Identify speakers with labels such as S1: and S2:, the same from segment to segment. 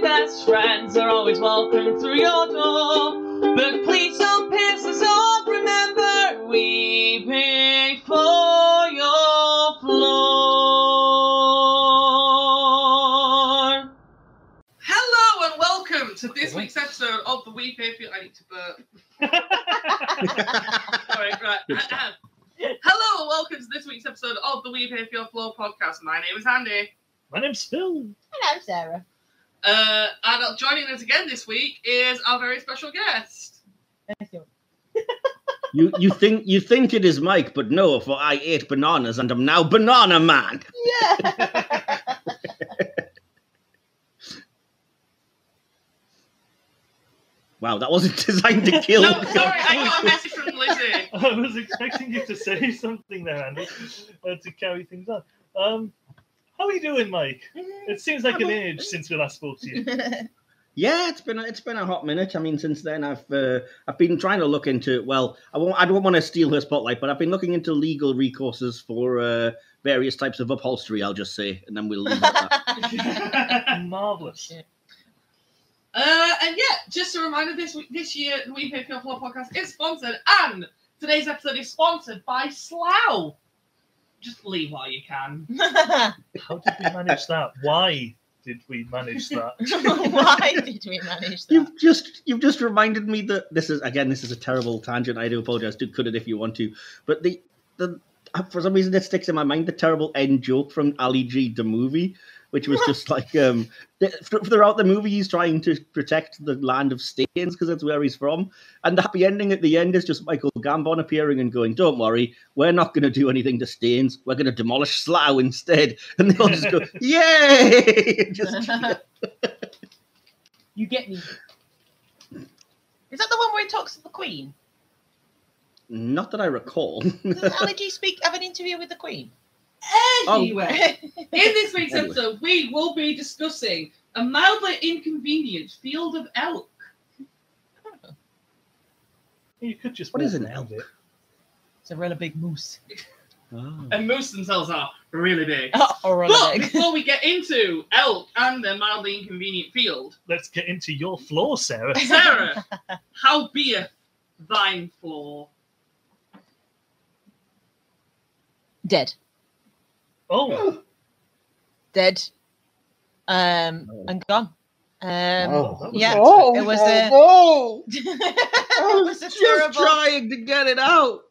S1: best friends are always welcome through your door. But please don't piss us off, remember, we pay for your floor.
S2: Hello and welcome to this
S3: Wait.
S2: week's episode of the We Pay For. I need to burp. Sorry, right. Hello and welcome to this week's episode of the We Pay For Your Floor podcast. My name is Andy.
S3: My name's Phil.
S4: Hello, Sarah.
S2: Uh, and uh, joining us again this week is our very special guest.
S4: Thank you.
S5: You you think you think it is Mike, but no, for I ate bananas and I'm now banana man.
S4: Yeah.
S5: Wow, that wasn't designed to kill.
S2: No, sorry, I got a message from Lizzie.
S3: I was expecting you to say something there, Andy, uh, to carry things on. Um, how are you doing, Mike? It seems like an age since we last spoke to you.
S5: Yeah, it's been a, it's been a hot minute. I mean, since then I've uh, I've been trying to look into well, I won't I don't want to steal her spotlight, but I've been looking into legal recourses for uh, various types of upholstery. I'll just say, and then we'll leave it at that.
S3: Marvelous.
S2: Uh, and yeah, just a reminder this week, this year, the We Pay For Your Floor podcast is sponsored, and today's episode is sponsored by Slough. Just leave while you can.
S3: How did we manage that? Why did we manage that?
S4: Why did we manage that?
S5: You've just you've just reminded me that this is again this is a terrible tangent. I do apologize. Do cut it if you want to, but the the uh, for some reason it sticks in my mind the terrible end joke from Ali G the movie, which was just like um th- throughout the movie he's trying to protect the land of stains because that's where he's from, and the happy ending at the end is just Michael Gambon appearing and going, "Don't worry, we're not going to do anything to stains. We're going to demolish Slough instead," and they all just go, "Yay!" just,
S4: you get me. Is that the one where he talks to the Queen?
S5: not that I recall.
S4: Does Allergy speak have an interview with the Queen?
S2: Anyway,
S4: Oh.
S2: in this week's episode, we will be discussing a mildly inconvenient field of elk.
S3: You could just.
S5: What
S3: walk
S5: is an
S3: around
S5: elk?
S3: it.
S4: It's a really big moose.
S5: Oh.
S2: And most themselves are really big.
S4: Oh, or
S2: But before we get into elk and their mildly inconvenient field,
S3: Let's get into your floor, Sarah.
S2: Sarah, how beeth thine floor?
S4: Dead.
S3: Oh,
S4: Dead. Um,
S5: Oh.
S4: and gone. Um,
S3: that was
S4: yeah.
S5: Oh,
S4: it was a-
S5: oh,
S4: it was a
S5: just
S4: terrible.
S5: trying to get it out.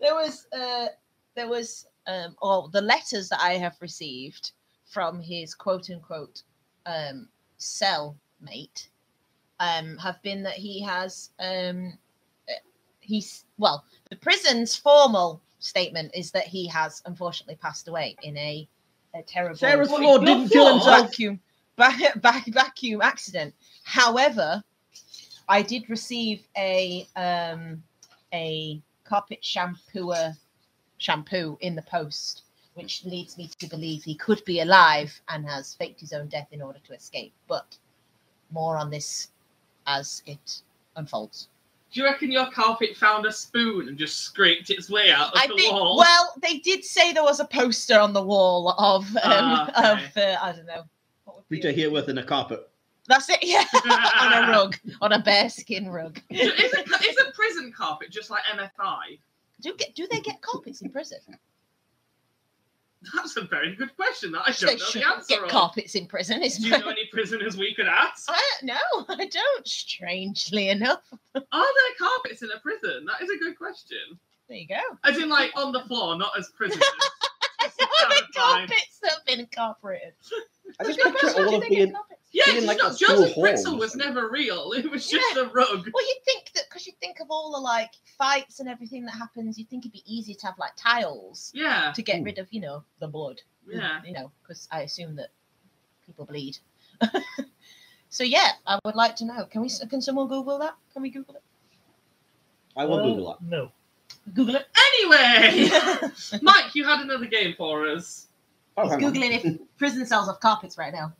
S4: there was uh there was um or the letters that I have received from his quote unquote um cell mate um have been that he has um uh, he's well the prison's formal statement is that he has unfortunately passed away in a, a terrible
S5: Sarah's
S2: Well,
S4: Oh,
S5: floor
S2: your
S5: didn't kill
S2: floor-
S5: himself.
S4: vacuum back, back, vacuum accident. However, I did receive a um, a carpet shampooer shampoo in the post, which leads me to believe he could be alive and has faked his own death in order to escape. But more on this as it unfolds.
S2: Do you reckon your carpet found a spoon and just scraped its way out of
S4: I
S2: the
S4: think.
S2: wall?
S4: Well, they did say there was a poster on the wall of um,
S2: Ah,
S4: of uh, I don't know. What would be
S5: Peter
S4: it?
S5: Hereworth in a carpet.
S4: That's it. Yeah. on a rug, on a bearskin rug.
S2: is, a, is a prison carpet just like MFI?
S4: Do get do they get carpets in prison?
S2: That's a very good question that I
S4: They
S2: don't know the
S4: shouldn't
S2: answer
S4: get
S2: on.
S4: carpets in prison. Is
S2: Do you know any prisoners we could ask?
S4: I don't know. I don't. Strangely enough,
S2: Are there carpets in a prison? That is a good question.
S4: there you go.
S2: As in, like on the floor, not as prisoners.
S4: That's all the
S2: Terrifying.
S4: carpets that have been incorporated.
S5: I
S4: There's
S5: just
S4: no
S5: picture
S4: question,
S5: all
S4: do
S5: of
S4: they
S5: the.
S4: get carpets?
S2: yeah,
S5: Being
S2: it's
S5: like
S2: not
S5: a
S2: Joseph
S5: school
S2: Fritzl
S5: hall or
S2: was
S5: something.
S2: never real. It was just a rug.
S4: Well, you'd think that because you think of all the like fights and everything that happens, you'd think it'd be easier to have like tiles
S2: Yeah,
S4: to get
S5: Ooh.
S4: rid of, you know, the blood.
S2: yeah.
S4: Mm, you know, because I assume that people bleed. so yeah, I would like to know. Can we? Can someone Google that? Can we Google it?
S5: I will
S3: Uh,
S5: Google that.
S3: No.
S4: Google it.
S2: Anyway,
S4: He's
S2: Mike, you had another game for us.
S5: Oh, hang on.
S4: googling if prison cells have carpets right now.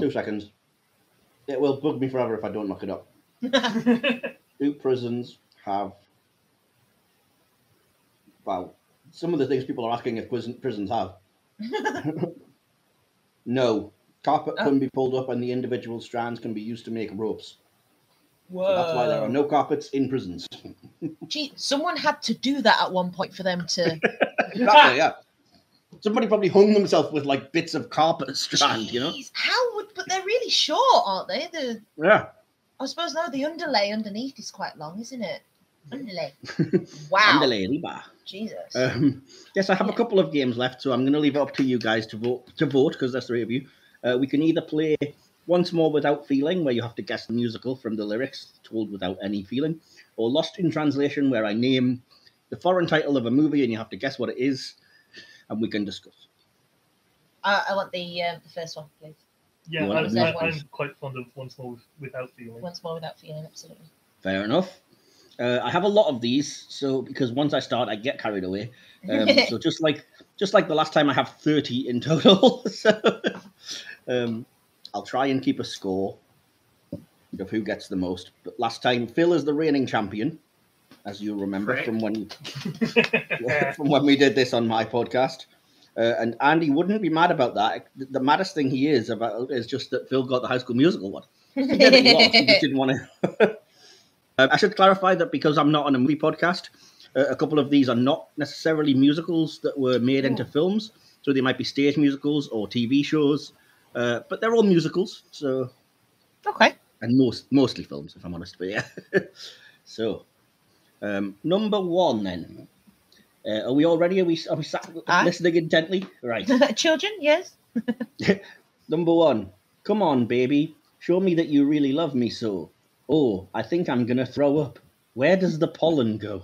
S5: Two seconds. It will bug me forever if I don't look it up. Do prisons have? Well, some of the things people are asking if prison, prisons have. No. Carpet
S4: Oh.
S5: can be pulled up and the individual strands can be used to make ropes.
S4: Whoa.
S5: So that's why there are no carpets in prisons.
S4: Gee, someone had to do that at one point for them to.
S5: Exactly, yeah. Somebody probably hung themselves with like bits of carpet strand, you know?
S4: Jeez, how would? But they're really short, aren't they? The
S5: Yeah.
S4: I suppose no, the underlay underneath is quite long, isn't it? Underlay. Wow.
S5: Underlady bar.
S4: Jesus.
S5: Um, yes, I have a couple of games left, so I'm going to leave it up to you guys to vote. To vote, because there's three of you. Uh, we can either play once more without feeling, where you have to guess the musical from the lyrics told without any feeling, or Lost in Translation, where I name the foreign title of a movie and you have to guess what it is, and we can discuss.
S4: I, I want the um, the first one, please.
S3: Yeah,
S5: One
S4: of
S3: I'm,
S4: them
S3: I,
S4: was-
S3: I'm quite fond of Once More With- Without Feeling.
S4: Once more without feeling, absolutely.
S5: Fair enough. Uh, I have a lot of these, so because once I start, I get carried away. Um, so just like just like the last time, I have thirty in total. so um, I'll try and keep a score of who gets the most. But last time, Phil is the reigning champion, as you remember
S3: Correct.
S5: from when from when we did this on my podcast. Uh, and Andy wouldn't be mad about that. The, the maddest thing he is about is just that Phil got the High School Musical one. He did it once, he just didn't want to. Um, I should clarify that because I'm not on a movie podcast, uh, a couple of these are not necessarily musicals that were made into films. So they might be stage musicals or TV shows, uh, but they're all musicals. So
S4: okay.
S5: and most mostly films, if I'm honest. But yeah. so um, number one then. Uh, are we all ready? Are we are we sat
S4: Aye.
S5: listening intently? Right.
S4: Children, yes.
S5: Number one, come on, baby, show me that you really love me so. Oh, I think I'm gonna throw up. Where does the pollen go?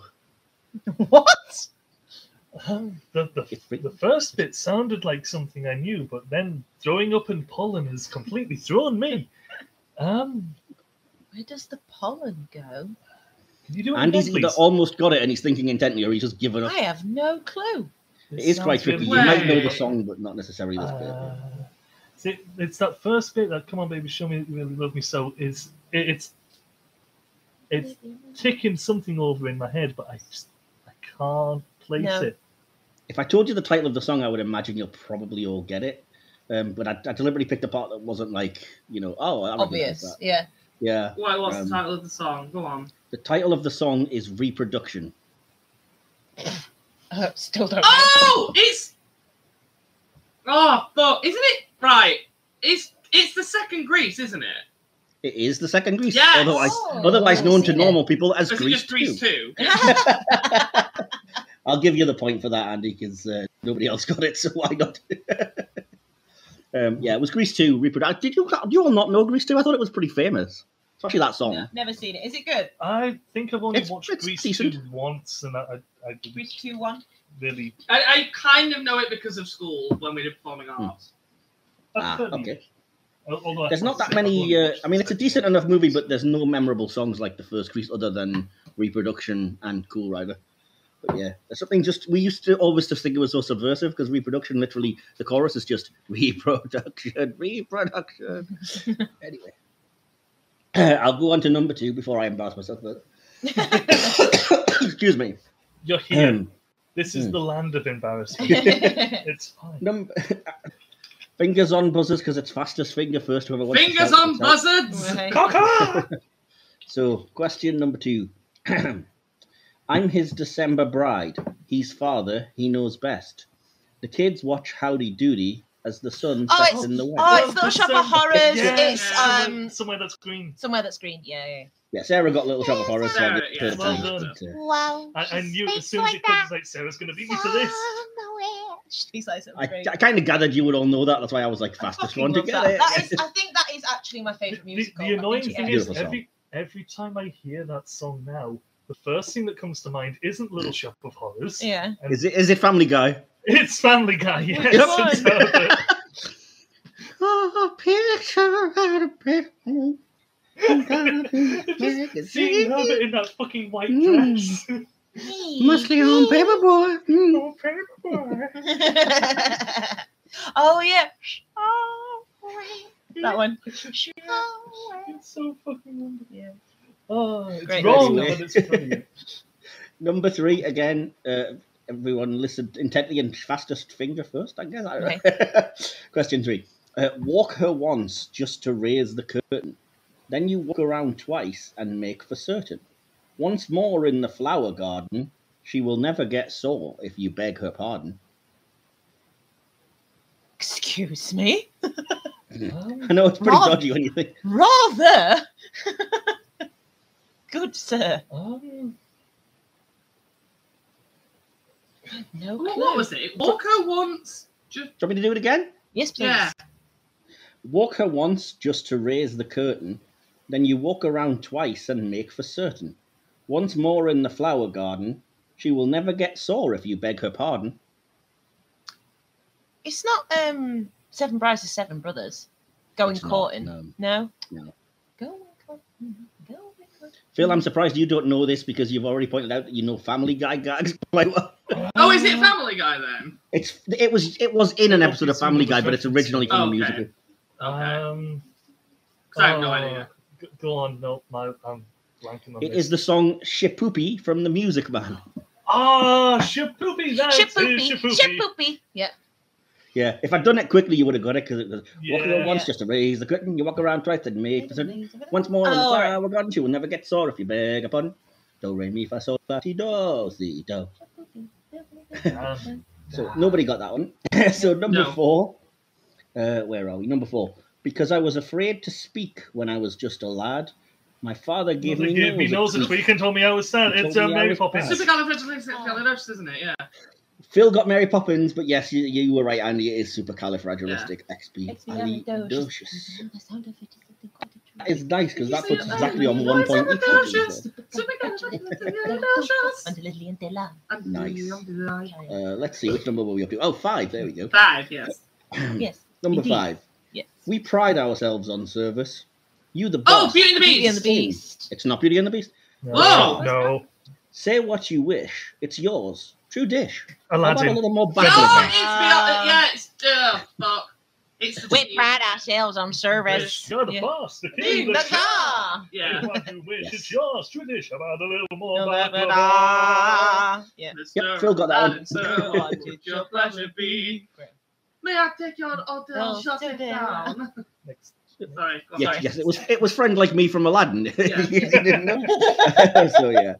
S4: What?
S3: Um, the, the,
S5: It's written.
S3: the first bit sounded like something I knew, but then throwing up in pollen has completely thrown me. Um,
S4: Where does the pollen go?
S3: can you do it
S5: Andy's
S3: again,
S5: either
S3: please?
S5: almost got it and he's thinking intently, or he's just given up.
S4: I have no clue.
S5: It is quite
S3: sounds
S5: tricky.
S3: really
S5: You might know the
S2: weird.
S5: song, but not necessarily this
S3: Uh, see, it's that first bit that "Come on, baby, show me that you really love me." So is it, it's it's ticking something over in my head, but I just I can't place
S4: No.
S3: it.
S5: bit. If I told you the title of the song, I would imagine you'll probably all get it. Um, but I, I deliberately picked a part that wasn't like, you know, oh, I recognize
S4: Obvious.
S5: that.
S4: Yeah.
S5: Yeah.
S2: What was
S5: Um,
S2: the title of the song? Go on.
S5: The title of the song is Reproduction.
S4: Uh, still don't. know.
S2: Oh, it's oh fuck, isn't it? Right, it's it's the second Grease, isn't it?
S5: It is the second Grease,
S2: Yes!
S5: otherwise,
S4: Oh,
S5: otherwise
S4: I've
S5: known to
S4: seen it.
S5: normal people as
S2: Or is it
S5: Grease.
S2: just Grease
S5: too.
S2: Two?
S5: I'll give you the point for that, Andy, because uh, nobody else got it, so why not? um, yeah, it was Grease 2, Reproduction. Did you, did you all not know Grease 2? I thought it was pretty famous, especially that song.
S4: No, never seen it. Is it good?
S3: I think I've only
S5: It's-
S3: watched
S5: it's
S3: Grease
S5: decent.
S3: two once, and I I, I didn't
S4: Reach two one.
S3: really.
S2: I, I kind of know it because of school when we did performing
S5: Hmm.
S2: arts.
S5: Ah, okay.
S3: Although I
S5: There's
S3: have
S5: not
S3: to
S5: that
S3: say I've
S5: many.
S3: only
S5: Uh,
S3: watched
S5: I mean,
S3: the
S5: it's a
S3: second
S5: decent
S3: one.
S5: enough movie, but there's no memorable songs like the first Grease other than Reproduction and Cool Rider. But yeah, there's something just we used to always just think it was so subversive because Reproduction literally the chorus is just Reproduction, Reproduction. anyway, I'll go on to number two before I embarrass myself. But excuse me.
S3: You're here.
S5: Um,
S3: this is
S5: hmm.
S3: the land of embarrassment.
S4: Fingers
S3: it's fine.
S5: number. Fingers on buzzers because it's fastest finger first. Whoever wants to
S2: Fingers
S5: shout
S2: on
S5: gets out.
S2: buzzards.
S4: Right.
S2: Cocker!
S5: So, question number two. I'm his December bride. He's father. He knows best. The kids watch Howdy Doody as the sun
S4: Oh,
S5: sets
S4: it's-
S5: in the west.
S4: Oh, it's Little Shop of Horrors.
S3: Yeah,
S4: It's
S2: yeah.
S4: um
S3: somewhere that's green.
S4: somewhere that's green. Yeah. yeah.
S5: Yeah, Sarah got a little shop of horrors. so I
S2: Sarah,
S5: did
S2: yeah,
S5: third
S3: well
S5: time,
S3: done.
S5: but, uh,
S4: Wow.
S3: I, I knew as soon as it comes, like Sarah's going to beat me
S4: Ah.
S3: to this.
S4: She says it.
S5: I, I kind of gathered you would all know that. That's why I was like, fastest one to get
S4: that.
S5: it.
S4: That is, I think that is actually my favorite
S3: The,
S4: musical.
S3: the annoying thing is,
S5: Beautiful song.
S3: every every time I hear that song now, the first thing that comes to mind isn't Little
S5: Hmm.
S3: Shop of Horrors.
S4: yeah.
S5: Is it, is it Family Guy?
S3: It's Family Guy. Yes.
S4: Yep.
S3: it's Herbert.
S5: Oh, picture out of
S3: Just seeing Herbert in that fucking white
S5: Mm.
S3: dress.
S5: Mostly on paper, boy. Mm.
S3: Oh, paperboy.
S4: oh yeah. Oh, that one.
S3: It's so fucking wonderful.
S4: Yeah.
S3: Oh, it's
S4: Great.
S3: wrong,
S5: Anyway.
S3: but it's brilliant.
S5: Number three again. Uh, Everyone listened intently and fastest finger first, I guess. I don't know. Question three. Uh, walk her once just to raise the curtain. Then you walk around twice and make for certain. Once more in the flower garden, she will never get sore if you beg her pardon.
S4: Excuse me?
S5: I know it's pretty
S4: Mom.
S5: dodgy when you think.
S4: Rather! Good sir.
S3: Um,
S4: No
S2: What,
S4: clue.
S2: what was it? Walker once. Just
S5: Do you want me to do it again?
S4: Yes, please.
S2: yeah.
S5: Walk her once just to raise the curtain, then you walk around twice and make for certain. Once more in the flower garden, she will never get sore if you beg her pardon.
S4: It's not um Seven Brides to Seven Brothers. Going
S5: It's not,
S4: courting.
S5: no.
S4: No?
S5: No.
S4: Going courting. Going courting.
S5: Phil, I'm surprised you don't know this because you've already pointed out that you know Family Guy gags quite well.
S2: Oh, is
S4: Um,
S2: it Family Guy then?
S5: It's it was it was in an
S3: It'll
S5: episode
S3: be
S5: of Family
S3: some
S5: Guy, but it's
S3: reference.
S5: originally from a
S2: Okay.
S5: musical.
S2: Okay.
S3: um,
S2: 'Cause I have no
S3: oh,
S2: idea.
S3: g- Go on, no, my, I'm blanking on
S5: It
S3: this.
S5: is the song Shipoopy from The Music Man.
S3: Ah, Shapoopy, that's it,
S4: Ship
S3: Shapoopy.
S4: Shipoopy. Yeah.
S5: Yeah, if I'd done it quickly, you would have got it because it was walk around
S3: Yeah.
S5: once just to raise the curtain. You walk around twice and make for certain. Once more,
S4: Oh,
S5: oh,
S4: all right.
S5: flower garden, she will never get sore if you beg upon. Do re mi fa sol la ti do si do.
S3: Um,
S5: So nobody got that one. so number
S2: No.
S5: four, uh, where are we? Number four. Because I was afraid to speak when I was just a lad, my father gave
S3: Mother
S5: me
S3: gave me
S5: nose
S3: nose
S5: a
S3: and
S5: tweak.
S3: tweak and told me I was sad.
S5: He
S3: It's
S5: told
S3: uh,
S5: me I
S3: Mary
S5: was
S3: Poppins.
S5: sad.
S2: Supercalifragilisticexpialidocious, isn't it? Yeah.
S5: Phil got Mary Poppins, but yes, you, you were right, Andy. It is supercalifragilistic expialidocious. That is nice because that puts
S2: uh,
S5: exactly on one point. each of these,
S2: Supercalifragilisticexpialidocious. Nice.
S5: though. Uh, let's see which number were we up to. Oh, five. There we go.
S2: Five, yes.
S4: Yes.
S5: Number
S4: Indeed.
S5: five.
S4: Yes.
S5: We pride ourselves on service. You the boss.
S2: Oh, Beauty and the
S4: Beauty and the
S2: Beast.
S4: Beast.
S5: It's not Beauty and the Beast.
S3: No,
S2: Whoa!
S3: no,
S5: Say what you wish. It's yours. True dish. How about a
S3: Aladdin.
S5: little more
S2: No,
S5: back
S2: Oh, it's
S5: of
S2: be- yeah, it's uh, fuck. It's the
S4: We pride ourselves on service.
S3: You're the
S4: Yeah.
S3: boss, the king,
S2: King,
S3: the,
S4: The
S3: chef.
S4: car.
S2: Yeah.
S3: Do What you wish,
S5: Yes.
S3: it's yours. Tradish about a little more.
S4: No,
S3: blah,
S4: but-
S3: blah,
S4: but-
S3: blah.
S4: ah. Yeah.
S5: Yep, Phil got that one.
S2: Alan, sir, what would your pleasure be? May I take your order
S4: Well,
S2: and shut
S4: do
S2: it
S4: that.
S2: down?
S3: Next.
S2: Sorry, go on,
S5: Yes,
S2: sorry.
S5: yes, it was it was friend like me from Aladdin.
S2: Yeah.
S5: You didn't know? so yeah.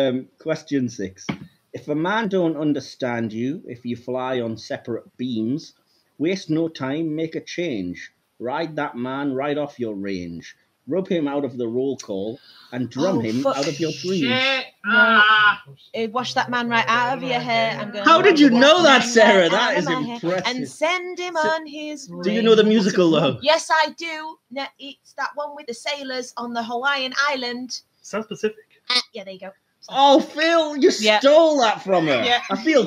S5: Um, question six: If a man don't understand you, if you fly on separate beams, waste no time, make a change. Ride that man right off your range. Rub him out of the roll call and drum
S4: Oh,
S5: him
S4: fuck.
S5: out of your dreams.
S2: Shit. Ah,
S4: Eh, wash that man right out of your hair. I'm gonna
S5: How did you know that,
S4: Right
S5: Sarah?
S4: out
S5: That
S4: of
S5: is
S4: my hair
S5: impressive.
S4: And send him
S5: So-
S4: on his way.
S5: Do you know the musical though?
S4: Yes, I do. No, it's that one with the sailors on the Hawaiian island.
S3: South Pacific.
S4: Ah, yeah, there you go.
S5: Oh, Phil, you
S4: Yeah.
S5: stole that from her.
S4: Yeah.
S5: I feel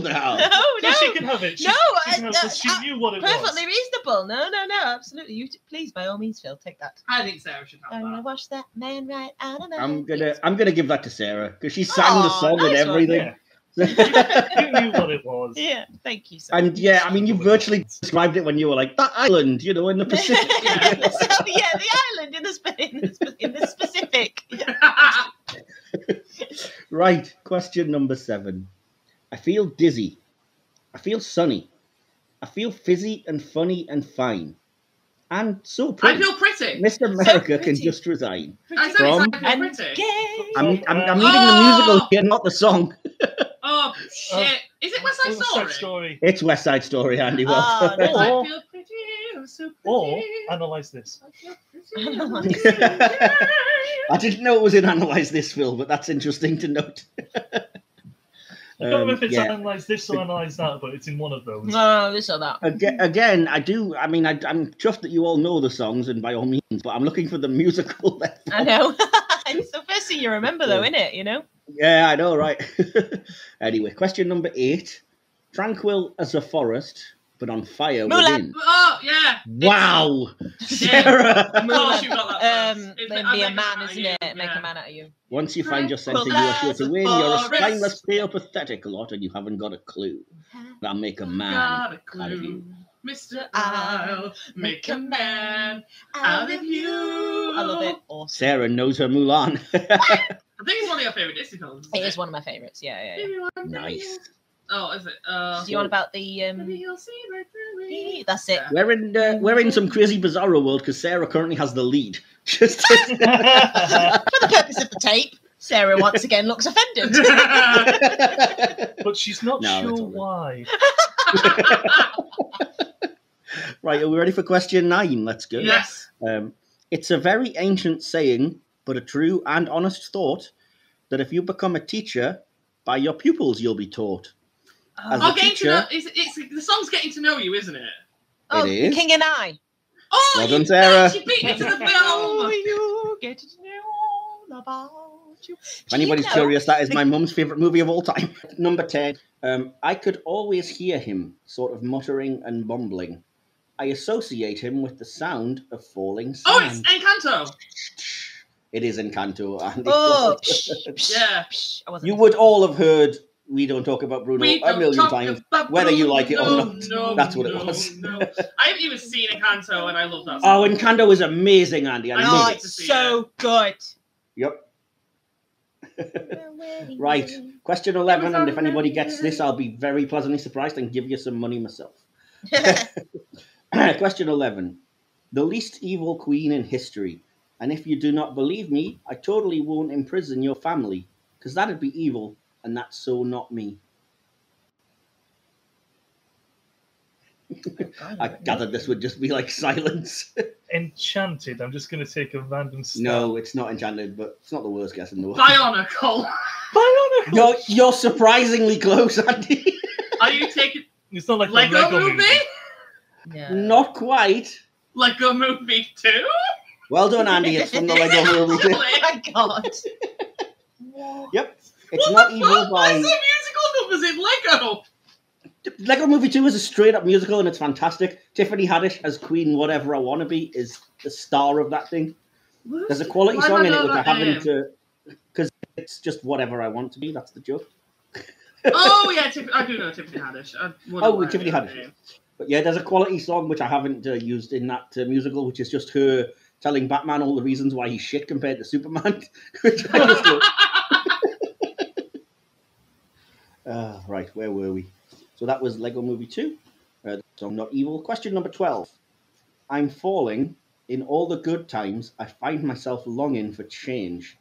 S5: now.
S3: No, she can have it. She,
S4: Oh, No,
S3: she, can have
S4: uh, no,
S3: it. she
S4: uh,
S3: knew what it
S4: perfectly
S3: was.
S4: reasonable. No, no, no, absolutely. You t- please, by all means, Phil, take that.
S2: I think Sarah should
S4: I'm
S2: have
S4: gonna
S2: that.
S4: wash that man right out of my.
S5: I'm gonna I'm gonna give that to Sarah because she sang the
S4: Aw,
S5: song and
S4: nice one.
S5: everything.
S3: You knew what it was.
S4: Yeah, thank you. Sarah.
S5: and yeah, I mean you virtually described it when you were like that island, you know, in the Pacific.
S2: Yeah.
S4: so yeah, the island in the sp- in the, sp- in the specific.
S5: right, question number seven. I feel dizzy. I feel sunny. I feel fizzy and funny and fine. And so
S2: I
S5: pretty.
S2: feel pretty.
S5: Mr. America can
S4: pretty.
S5: just resign.
S2: I said it's
S5: From-
S2: like I feel
S4: And
S2: pretty.
S4: gay.
S5: I'm I'm, I'm
S3: Oh.
S5: reading the musical here, not the song.
S2: Oh shit! Is it West Side
S3: West Side
S2: Story?
S3: Story.
S5: It's West Side Story, Andy. Well,
S4: Oh,
S2: Yes, I
S3: Or-
S2: feel pretty. I'm so pretty.
S3: Or analyze this.
S2: I feel pretty.
S4: Analyze.
S2: I'm so pretty.
S5: I didn't know it was in Analyze This Phil, but that's interesting to note.
S3: I don't know
S5: Um,
S3: if it's
S5: yeah.
S3: analyze this or analyze that, but it's in one of
S5: Um,
S3: those.
S4: No, this or that.
S5: Aga- Again, I do. I mean, I, I'm chuffed that you all know the songs, and by all means, but I'm looking for the musical.
S4: I know. it's the first thing you remember, though, isn't it? You know.
S5: yeah, I know, right? anyway, question number eight: Tranquil as a forest, but on fire
S4: Mulan.
S5: within.
S2: Oh yeah.
S5: Wow,
S2: Yeah.
S5: Sarah!
S2: Of course you got that.
S4: Um,
S2: first. It's
S4: then
S2: I
S4: be a
S2: make
S4: man,
S2: out of
S4: isn't
S2: you,
S4: it? Make
S2: yeah.
S4: a man out of you.
S5: Once you find your sense of
S4: Tranquil
S5: you are sure
S4: as
S5: to
S4: a
S5: win, you're a
S2: forest.
S5: spineless, pale, pathetic lot, and you haven't got a clue. I'll make
S4: Oh,
S5: a man
S2: Got a
S5: out of you.
S2: clue. Mr. I'll make a man out of you.
S4: I love it. Awesome.
S5: Sarah knows her Mulan.
S2: I think it's one of your favorite Disney films.
S4: It is one of my favorites. Yeah, yeah. yeah.
S2: Maybe one day
S5: Nice.
S2: you'll- Oh, is it? Uh,
S4: Do you want about the
S2: maybe
S4: um?
S2: you'll see right through me.
S4: That's it.
S5: We're in uh, we're in some crazy bizarro world because Sarah currently has the lead. Just
S4: For the purpose of the tape, Sarah once again looks offended.
S3: but she's not
S5: No, it's
S3: sure
S5: all good.
S3: why.
S5: right. Are we ready for question nine? Let's go.
S2: yes.
S5: Um, it's a very ancient saying, but a true and honest thought that if you become a teacher, by your pupils you'll be taught. As
S2: Oh,
S5: a
S2: getting to
S5: teacher,
S2: know, it's, it's, the song's getting to know you, isn't it?
S4: Oh,
S5: It is.
S4: King and I.
S2: Oh,
S5: Well
S2: you
S5: done, Sarah.
S2: bitch, You beat me to the
S4: Oh,
S2: film.
S4: you get to know all about you.
S5: If anybody's
S4: You know,
S5: curious, that is
S4: the-
S5: my mum's favourite movie of all time. Number 10. Um, I could always hear him, sort of muttering and mumbling. I associate him with the sound of falling
S2: Oh, it's
S5: sand.
S2: Encanto.
S5: It is Encanto. Andy.
S4: Oh, psh, psh,
S2: Yeah.
S4: psh. I wasn't.
S5: you would all have heard We Don't Talk About Bruno
S2: We
S5: a
S2: don't
S5: million
S2: talk
S5: times.
S2: about
S5: whether you
S2: Bruno.
S5: like it or
S2: No,
S5: not.
S2: no,
S5: That's what it
S2: no,
S5: was.
S2: no. I haven't even seen Encanto, and I love that.
S5: Oh,
S2: Song.
S5: Encanto is amazing, Andy. I
S2: I
S5: love
S4: Oh,
S5: it.
S2: to
S4: it's
S2: see
S4: so good.
S5: Yep. Right. Question 11. And if anybody gets this, I'll be very pleasantly surprised and give you some money myself. Question 11. The least evil queen in history. And if you do not believe me, I totally won't imprison your family, because that'd be evil, and that's so not me. I gathered this would just be like silence.
S3: Enchanted. I'm just going to take a random stab.
S5: no, it's not enchanted, but it's not the worst guess in the world.
S2: Bionicle.
S3: Bionicle.
S5: You're, you're surprisingly close, Andy.
S2: Are you taking
S3: It's not like a
S2: Lego,
S3: Lego
S2: movie?
S4: Yeah.
S5: not quite.
S2: Lego movie two?
S5: Well done, Andy. It's from the Lego movie.
S4: Oh my god.
S5: Yep. It's
S2: what
S5: not
S2: the
S5: evil
S2: fuck? Why
S5: by
S2: is there musical numbers in Lego?
S5: Lego Movie 2 is a straight up musical and it's fantastic. Tiffany Haddish as Queen Whatever I Wanna Be is the star of that thing. There's a quality
S2: Why am
S5: song
S2: I
S5: in it
S2: not
S5: which I
S2: that name?
S5: haven't to because it's just whatever I want to be, that's the joke.
S2: Oh yeah, Tiff- I do know Tiffany Haddish. I wonder
S5: Oh,
S2: why I
S5: Tiffany
S2: know her
S5: Haddish.
S2: name.
S5: But yeah, there's a quality song which I haven't uh, used in that uh, musical, which is just her telling Batman all the reasons why he's shit compared to Superman. which I just love. Uh, right, where were we? So that was Lego Movie 2. Uh, so I'm not evil. Question number 12. I'm falling. In all the good times, I find myself longing for change.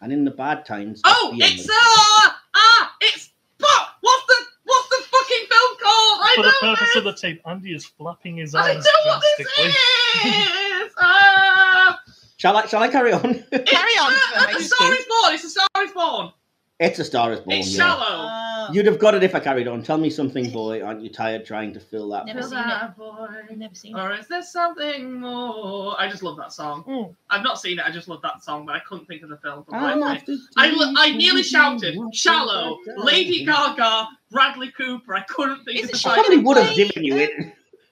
S5: And in the bad times. I
S2: Oh,
S5: fear
S2: it's
S5: no-
S2: uh, ah, it's fuck. What's the what's the fucking film called? I
S3: For the
S2: know
S3: purpose
S2: this.
S3: of the tape, Andy is flapping his
S2: I
S3: arms
S2: know what this
S3: drastically.
S2: is. Uh,
S5: Shall I, shall I carry on?
S4: Carry on,
S2: Uh,
S4: Phil,
S2: a
S4: I
S2: Star is Born. It's a Star is Born.
S5: it's A
S2: It's
S5: Star is Born. Oh, yeah.
S2: shallow.
S4: Oh,
S5: You'd have got it if I carried on. Tell me something, boy. Aren't you tired trying to fill that?
S4: Never
S5: void?
S2: Is
S4: seen
S2: that
S4: I've
S2: boy?
S4: never seen it.
S2: Or is there something more? I just love that song.
S4: Mm.
S2: I've not seen it. I just love that song, but I couldn't think of the film. for the life
S5: I'm
S2: of me.
S5: after
S2: I, l- I nearly
S5: change.
S2: shouted,
S5: What's
S2: shallow,
S5: the matter?
S2: Lady Gaga, Bradley Cooper. I couldn't think
S4: Is
S2: of
S4: it
S2: the
S5: I
S4: shallow?
S2: title.
S5: probably would have given you it.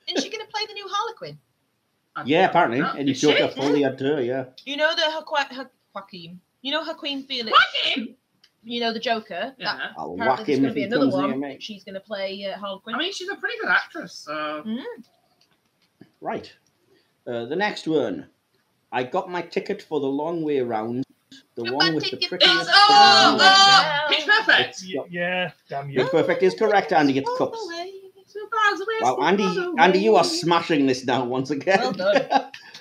S4: Isn't she going to play the new Harlequin?
S2: I-
S5: Yeah, apparently.
S2: Huh?
S5: Any
S2: Oh, Is she?
S5: joker fully had her, yeah.
S4: You know the Joaqu- jo- Joaquin. You know Joaquin Felix.
S2: Fucking-
S4: You know the Joker. That,
S2: Yeah.
S5: I'll
S4: apparently
S5: whack
S4: there's going
S5: him
S4: to
S5: if
S4: be
S5: he
S4: another
S5: comes near
S4: one.
S5: me.
S4: She's going to play uh, Harlequin.
S2: I mean, she's a pretty good actress, so.
S5: Right. Uh, the next one. I got my ticket for the long way round. The
S4: Got
S5: one
S4: my
S5: with the
S4: ticket for
S5: prettiest.
S2: It's,
S4: the Yeah.
S2: oh,
S4: long way
S2: oh,
S4: Yeah.
S2: it's perfect.
S3: Y- Yeah, damn you.
S5: Pitch Perfect is correct, Andy. It's cups.
S2: Two bars away,
S5: Wow,
S2: two
S5: Andy,
S2: bars away.
S5: Andy, you are smashing this now once again.
S4: Well done.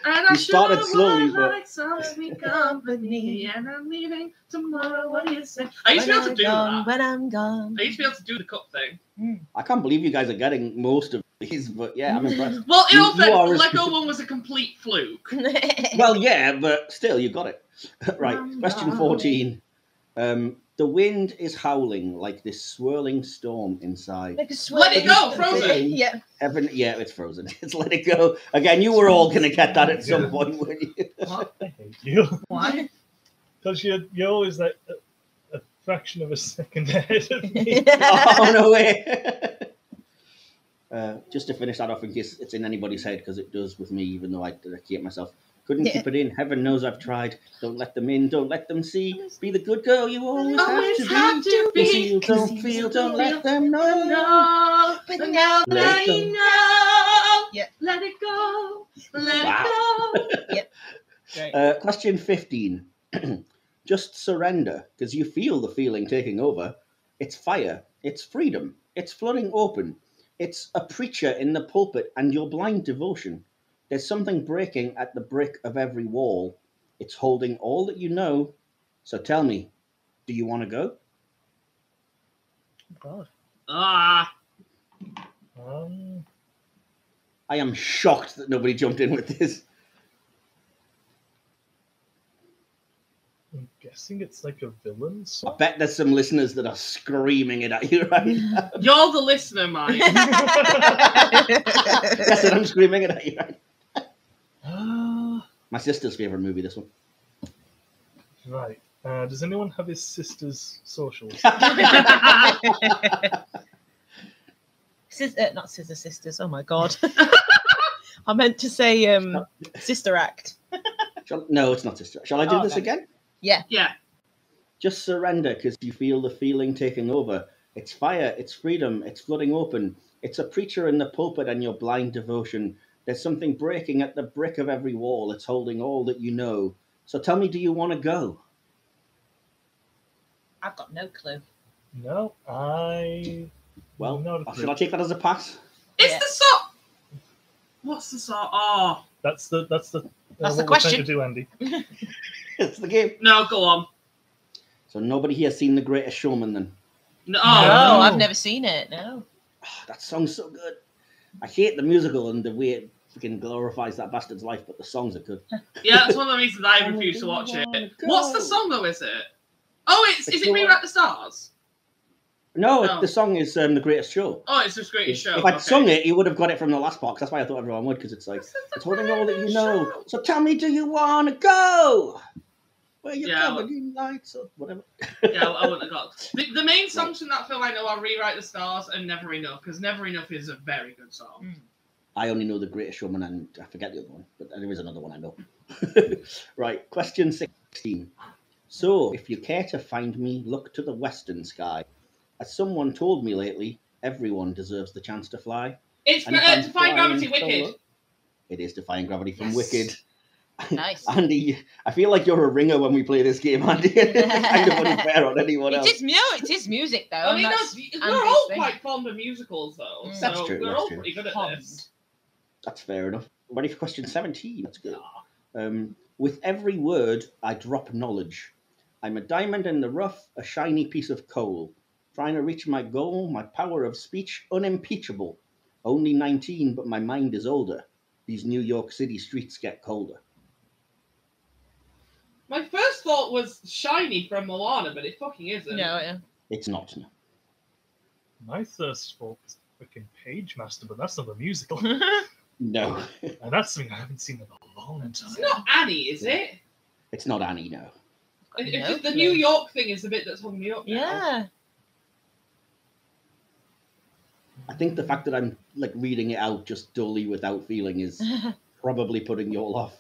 S2: And I
S5: you started
S2: sure
S5: slowly,
S2: would
S5: but-
S2: like some sweet company, and I'm leaving tomorrow. What do you say? I used to be able to do
S4: gone,
S2: that.
S4: When I'm gone.
S2: I used to be able to do the cup thing.
S5: I can't believe you guys are getting most of these, but yeah, I'm impressed.
S2: Well, in
S5: You-
S2: all
S5: you
S2: fairness,
S5: are
S2: the
S5: as-
S2: Lego one was a complete fluke.
S5: well, yeah, but still, you got it. right.
S4: Um,
S5: Question
S4: wow.
S5: 14. Um, the wind is howling like this swirling storm inside.
S4: Like a
S2: Let it go,
S4: swirly-
S2: Frozen.
S4: Yeah.
S5: Evan, yeah, it's frozen. It's let it go. Again, you were all going to get that at some
S3: Yeah.
S5: point, weren't you?
S2: What?
S3: I hate you.
S2: Why?
S3: Because you're, you're always like a, a fraction of a second ahead of me.
S5: oh, no way. uh, just to finish that off, in case it's in anybody's head, because it does with me, even though I hate myself. Couldn't
S4: Yeah.
S5: keep it in. Heaven knows I've tried. Don't let them in. Don't let them see. Be the good girl you always,
S2: Always
S5: have to
S2: have
S5: be.
S2: to
S5: Conceal,
S2: be.
S5: don't feel. Don't let them know.
S2: No, but now
S5: Let
S2: that
S5: go.
S2: I know,
S4: Yeah.
S2: let it go, let
S5: Wow.
S2: it go.
S4: Great.
S5: Uh, question 15. Just surrender, because you feel the feeling taking over. It's fire. It's freedom. It's flooding open. It's a preacher in the pulpit and your blind devotion. There's something breaking at the brick of every wall. It's holding all that you know. So tell me, do you want to go?
S4: God.
S2: Ah,
S3: Um,
S5: I am shocked that nobody jumped in with this.
S3: I'm guessing it's like a villain
S5: I
S3: song.
S5: bet there's some listeners that are screaming it at you right now.
S2: you're the listener, Mike.
S5: That's it, I'm screaming it at you right
S3: Ah,
S5: My sister's favourite movie, this one.
S3: right. Uh, does anyone have his sister's socials?
S4: Sis- uh, not Scissor Sisters. Oh my god. I meant to say um, Sister Act.
S5: Shall, no, it's not sister. Shall I do
S4: Oh,
S5: this
S4: okay.
S5: again?
S2: yeah,
S5: Just surrender because you feel the feeling taking over. It's fire, it's freedom, it's flooding open. It's a preacher in the pulpit and your blind devotion. There's something breaking at the brick of every wall. It's holding all that you know. So tell me, do you want to go?
S4: I've got no clue.
S3: No, I.
S5: Well, oh,
S3: not a
S5: Should I
S3: clue.
S5: take that as a pass?
S2: it's
S4: Yeah.
S2: the sort. What's the sort? Oh
S3: That's the that's the. Uh,
S4: That's the
S3: what we're trying
S4: question.
S3: to do, Andy.
S5: it's the game.
S2: no, go on.
S5: So nobody here seen The Greatest Showman then.
S2: No,
S4: Oh,
S3: No.
S4: I've never seen it. No.
S5: Ah, that song's so good. I hate the musical and the way it freaking glorifies that bastard's life, but the songs are good.
S2: yeah, that's one of the reasons I
S5: Oh,
S2: refuse to
S5: we
S2: watch it.
S5: wanna go.
S2: What's the song though? Is it? Oh, it's is
S5: It's
S2: it
S5: the
S2: Rewrite
S5: one-
S2: the Stars?
S5: No, it-
S2: Oh.
S5: the song is um, The Greatest Show.
S2: Oh, it's just great
S5: If
S2: show.
S5: I'd
S2: okay.
S5: sung it, you would have got it from the last box. That's why I thought everyone would, because it's like
S2: This is the
S5: it's holding all that you
S2: greatest
S5: know.
S2: show.
S5: So tell me, do you want to go? Where you
S2: Yeah.
S5: covered in lights or whatever?
S2: yeah, I wouldn't have got. The, the main songs from that film I know are "Rewrite the Stars" and "Never Enough" because "Never Enough" is a very good song.
S4: Mm.
S5: I only know the Greatest Showman, and I forget the other one, but there is another one I know. right, question sixteen. So, if you care to find me, look to the western sky. As someone told me lately, everyone deserves the chance to fly.
S2: It's
S5: And if
S2: uh,
S5: I'm
S2: Defying Gravity,
S5: flying
S2: Wicked.
S5: solo- It is Defying Gravity from
S4: Yes.
S5: Wicked.
S4: Nice.
S5: Andy, I feel like you're a ringer when we play this game, Andy. it's kind of unfair on anyone
S4: It
S5: else.
S4: is mu- it is music though.
S2: I mean,
S4: and
S2: that's,
S4: that's
S2: we're
S4: Andy's
S2: all
S4: thing.
S2: quite fond of musicals, though.
S4: Mm.
S2: So
S5: That's true,
S2: We're
S5: that's
S2: all
S5: true.
S2: pretty good at
S4: Pond.
S2: this.
S5: That's fair enough. Ready for question 17? That's good. Um, with every word, I drop knowledge. I'm a diamond in the rough, a shiny piece of coal. Trying to reach my goal, my power of speech unimpeachable. Only 19, but my mind is older. These New York City streets get colder.
S2: My first thought was Shiny from Moana, but it fucking isn't.
S4: No, yeah.
S5: It's not. No.
S3: My thirst for is freaking Page Master, but that's not a musical,
S5: no.
S3: and that's something I haven't seen in a long time.
S2: It's not Annie, is it?
S5: It's not Annie, no.
S4: Got
S2: It- it's
S4: no
S2: just the
S4: clue.
S2: New York thing is the bit that's hung me up. now.
S4: Yeah.
S5: I think the fact that I'm like reading it out just dully without feeling is
S4: it's
S5: probably putting you all off.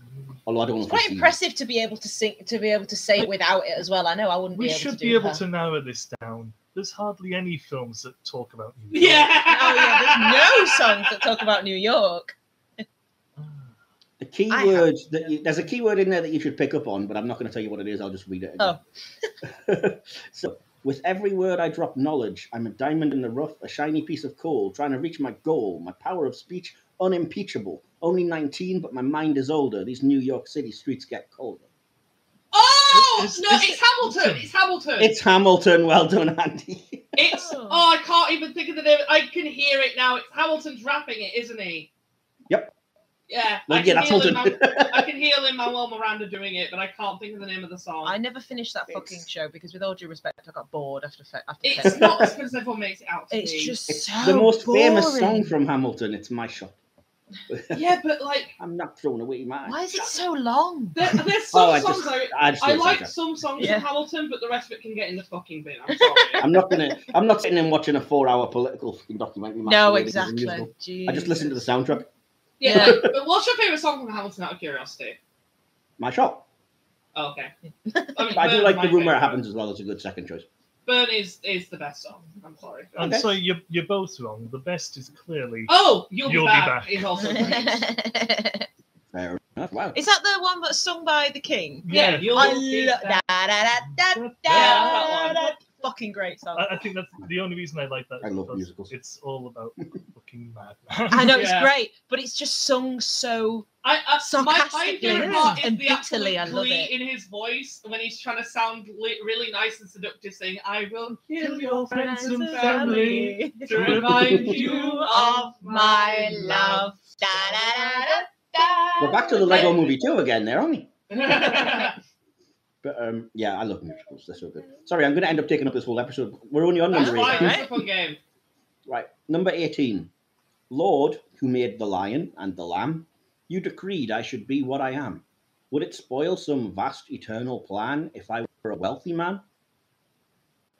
S3: Mm,
S5: Although I don't want to
S4: quite impressive to be able to sing to be able to say it without it as well. I know I wouldn't
S3: We
S4: be able
S3: should
S4: to
S3: be
S4: do
S3: able
S4: that.
S3: to narrow this down. There's hardly any films that talk about New York.
S2: Yeah.
S4: Oh yeah, there's no songs that talk about New York.
S3: Ah.
S5: The key
S4: I have-
S5: word that you, there's a key word in there that you should pick up on, but I'm not going to tell you what it is. I'll just read it. Again.
S4: Oh.
S5: so, with every word I drop knowledge, I'm a diamond in the rough, a shiny piece of coal, trying to reach my goal. My power of speech unimpeachable. Only 19, but my mind is older. These New York City streets get colder.
S2: Oh
S3: It's-
S2: no!
S3: it's-
S2: It's Hamilton. It's Hamilton.
S5: It's Hamilton. Well done, Andy.
S2: It's
S4: Oh.
S2: oh. I can't even think of the name. I can hear it now. It's Hamilton's rapping it, isn't he?
S5: Yep.
S2: Yeah. I
S5: Well, yeah,
S2: can
S5: that's
S2: hear Lin-
S5: Hamilton.
S2: I can hear Lin Manuel Miranda doing it, but I can't think of the name of the song.
S4: I never finished that
S5: It's-
S4: fucking show because, with all due respect, I got bored after fe- after.
S2: it's
S4: ten.
S2: not as good as everyone makes it out to
S4: It's
S2: be.
S4: just
S5: it's
S4: so
S5: the most famous
S4: boring.
S5: song from Hamilton. It's my shot.
S2: yeah, but like
S5: I'm not throwing away mine.
S4: Why is it so long?
S2: there, there's some
S5: Oh, I
S2: songs
S5: just,
S2: I,
S5: I, just
S2: I
S5: don't
S2: like
S5: that.
S2: some songs
S4: Yeah.
S2: from Hamilton, but the rest of it can get in the fucking bin. I'm sorry.
S5: I'm not gonna. I'm not sitting and watching a four-hour political fucking documentary.
S4: No,
S5: masquerading as a
S4: exactly.
S5: musical. I just listened to the
S4: Jesus.
S5: soundtrack.
S2: yeah,
S4: Yeah.
S2: like, but what's your favorite song from Hamilton? Out of curiosity.
S5: My shot.
S2: Oh, okay.
S5: But I do
S2: Burn
S5: like
S2: my
S5: the rumor
S2: favourite.
S5: it happens as well as a good second choice.
S2: Burn is is the best song. I'm sorry.
S3: I'm
S5: Okay.
S3: sorry, you're, you're both wrong. The best is clearly
S2: Oh, you'll,
S3: You'll
S2: be,
S3: be
S2: back
S3: back.
S2: is also great.
S5: Fair enough. wow.
S4: Is that the one that's sung by the king?
S1: Yeah, you'll
S4: I
S1: see
S4: love
S1: that.
S4: da da da da da
S1: Yeah, that
S4: da. Fucking great song.
S3: I, I think that's the only reason I like that. is
S5: I love
S3: because
S5: musicals.
S3: It's all about fucking mad.
S4: I know it's
S2: Yeah.
S4: great, but it's just sung so.
S2: I, I, my, my
S4: Sarcastically
S2: favorite part is
S4: and
S2: the absolute
S4: bitterly, I love
S2: glee
S4: it.
S2: in his voice when he's trying to sound li- really nice and seductive, saying, "I will kill you
S3: your
S2: friends and family
S3: family.
S2: to remind you of my love."
S4: Da da da da.
S5: We're back to the Lego movie too again there, aren't we?
S2: yeah,
S5: But um, yeah, I love musicals. They're so good. Sorry, I'm going to end up taking up this whole episode. We're only on number
S4: That's
S5: eight.
S4: fine. eh?
S2: it's a fun game.
S5: Right, number 18. Lord, who made the lion and the lamb, you decreed I should be what I am. Would it spoil some vast eternal plan if I were a wealthy man?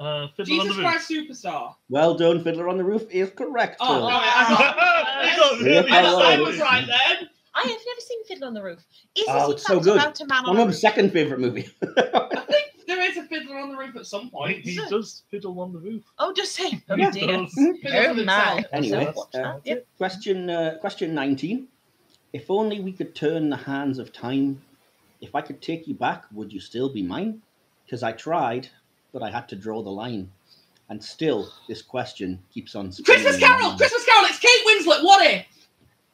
S3: Uh, Fiddler on
S2: Jesus
S3: the Roof.
S2: Christ Superstar.
S5: Well done, Fiddler on the Roof is correct.
S2: Oh,
S5: Phil.
S2: all right, I got-
S3: I got really
S2: I, was- I
S5: love
S2: was
S5: it.
S2: right then.
S4: I have never seen Fiddler on the Roof. Is this
S5: Oh,
S4: in
S5: it's so
S4: fact
S5: good.
S4: about a man on
S5: One
S4: a
S5: of my
S4: roof?
S5: second favourite movie.
S2: I think there is a fiddler on the roof at some
S3: Oh, He,
S2: point.
S3: he does fiddle on the roof.
S4: Oh, just say, oh
S3: He
S4: dear.
S3: does.
S2: Fiddler for themselves.
S5: Anyway,
S3: That's-
S5: uh,
S3: that's it.
S5: Question uh, question 19. If only we could turn the hands of time. If I could take you back, would you still be mine? Because I tried, but I had to draw the line. And still, this question keeps on spinning
S2: Christmas
S5: in my
S2: Carol,
S5: mind.
S2: Christmas Carol. It's Kate Winslet. What if?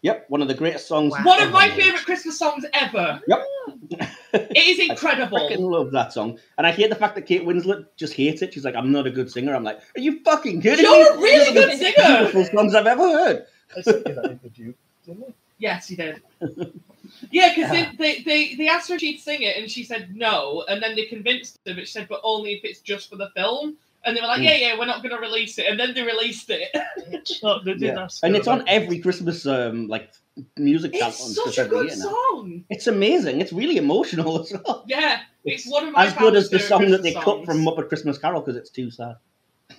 S5: Yep, one of the greatest songs.
S4: Wow.
S2: One of my
S5: ever.
S2: favorite Christmas songs ever.
S5: Yep.
S2: It is
S5: Freaking
S2: incredible.
S5: love that song, and I hate the fact that Kate Winslet just hates it. She's like, "I'm not a good singer." I'm like, "Are you fucking kidding me?"
S2: You're a really
S5: One of
S2: good
S5: the
S2: singer.
S5: Beautiful songs I've ever heard.
S3: I sent you that interview, didn't I?
S2: Yes, she did. Yeah, because they, they, they, they asked her if she'd sing it, and she said no. And then they convinced her, but she said, but only if it's just for the film. And they were like,
S5: Mm.
S2: yeah, yeah, we're not going to release it. And then they released it.
S3: No, they did
S5: Yeah.
S3: ask.
S5: And
S3: her
S5: it's on
S3: about it.
S5: every Christmas um like music album
S2: It's such a
S5: every
S2: good
S5: year now.
S2: song.
S5: It's amazing. It's really emotional as well.
S2: Yeah, it's one of my
S5: As good as the
S2: favourite
S5: song that they
S2: Christmas
S5: cut from
S2: songs.
S5: Muppet Christmas Carol because it's too sad.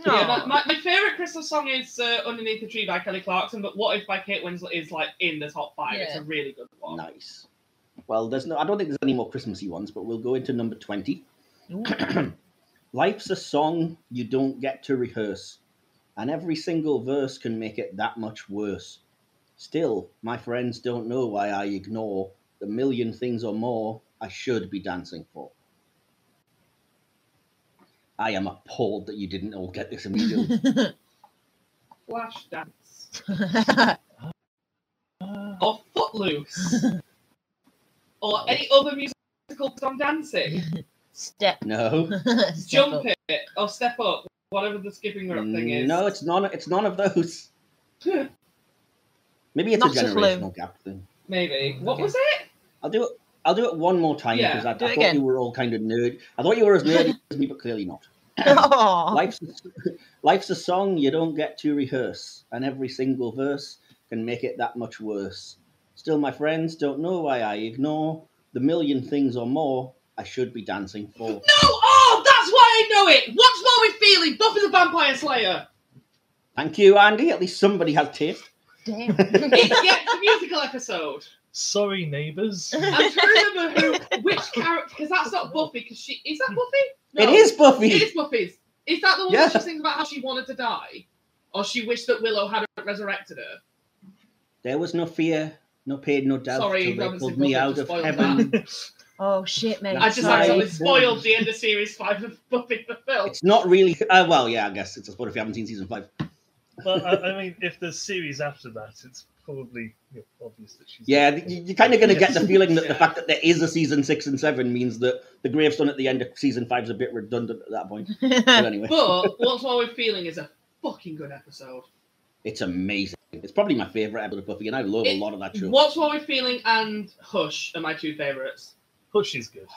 S2: Yeah, my, my, my favorite Christmas song is uh, "Underneath the Tree" by Kelly Clarkson, but "What If" by Kate Winslet is like in the top five. It's a really good one.
S5: Nice. Well, there's no. I don't think there's any more Christmassy ones, but we'll go into number twenty. Life's a song you don't get to rehearse, and every single verse can make it that much worse. Still, my friends don't know why I ignore the million things or more I should be dancing for. I am appalled that you didn't all get this immediately.
S2: Flash Dance
S3: Ah,
S2: or Footloose or any other musical song dancing,
S4: Step.
S5: no.
S4: Step
S2: Jump
S4: up.
S2: It or Step Up, whatever the skipping rope thing is.
S5: Mm, No, it's none. It's none of those. Maybe it's
S4: Not
S5: a
S4: a clue.
S5: generational gap thing.
S2: maybe. What
S4: Okay.
S2: was it?
S5: I'll do it. I'll do it one more time
S2: Yeah,
S5: because I, I
S4: do it
S5: thought
S4: again.
S5: you were all kind of nerd. I thought you were as nerdy as me, but clearly not.
S4: Aw.
S5: Life's life's a song you don't get to rehearse, and every single verse can make it that much worse. Still, my friends don't know why I ignore the million things or more I should be dancing for.
S2: No, oh, that's why I know it. What's wrong with feeling? Buffy the Vampire Slayer.
S5: Thank you, Andy. At least somebody has taste.
S4: Damn.
S2: It's, yeah, it's a musical episode.
S3: sorry, neighbours.
S2: I'm trying to remember who, which character, because that's not Buffy. Because she is that Buffy? No.
S5: It is Buffy.
S2: It is Buffy's. Is that the one
S5: Yeah.
S2: that she sings about how she wanted to die? Or she wished that Willow had resurrected her?
S5: There was no fear, no pain, no doubt.
S2: Sorry,
S5: till they
S2: Robinson
S5: pulled me
S2: Crusoe
S5: out
S2: just
S5: of
S2: spoiled
S5: heaven.
S4: Oh shit, mate.
S2: I just
S5: Sorry.
S2: accidentally spoiled the end of series five of Buffy the film.
S5: It's not really. Uh, well, yeah, I guess it's a spoiler if you haven't seen season five.
S3: Well, I, uh, I mean, if there's series after that, it's probably you know, obvious that she's.
S5: Yeah, th- you- you're kind of going to get the feeling that the
S2: Yeah.
S5: fact that there is a season six and seven means that the gravestone at the end of season five is a bit redundant at that point. But anyway,
S2: But What's Wrong with Feeling is a fucking good episode.
S5: it's amazing. It's probably my favorite episode of Buffy, and I love a
S2: It-
S5: lot of that show.
S2: What's Wrong with Feeling and Hush are my two favourites.
S3: Hush is good.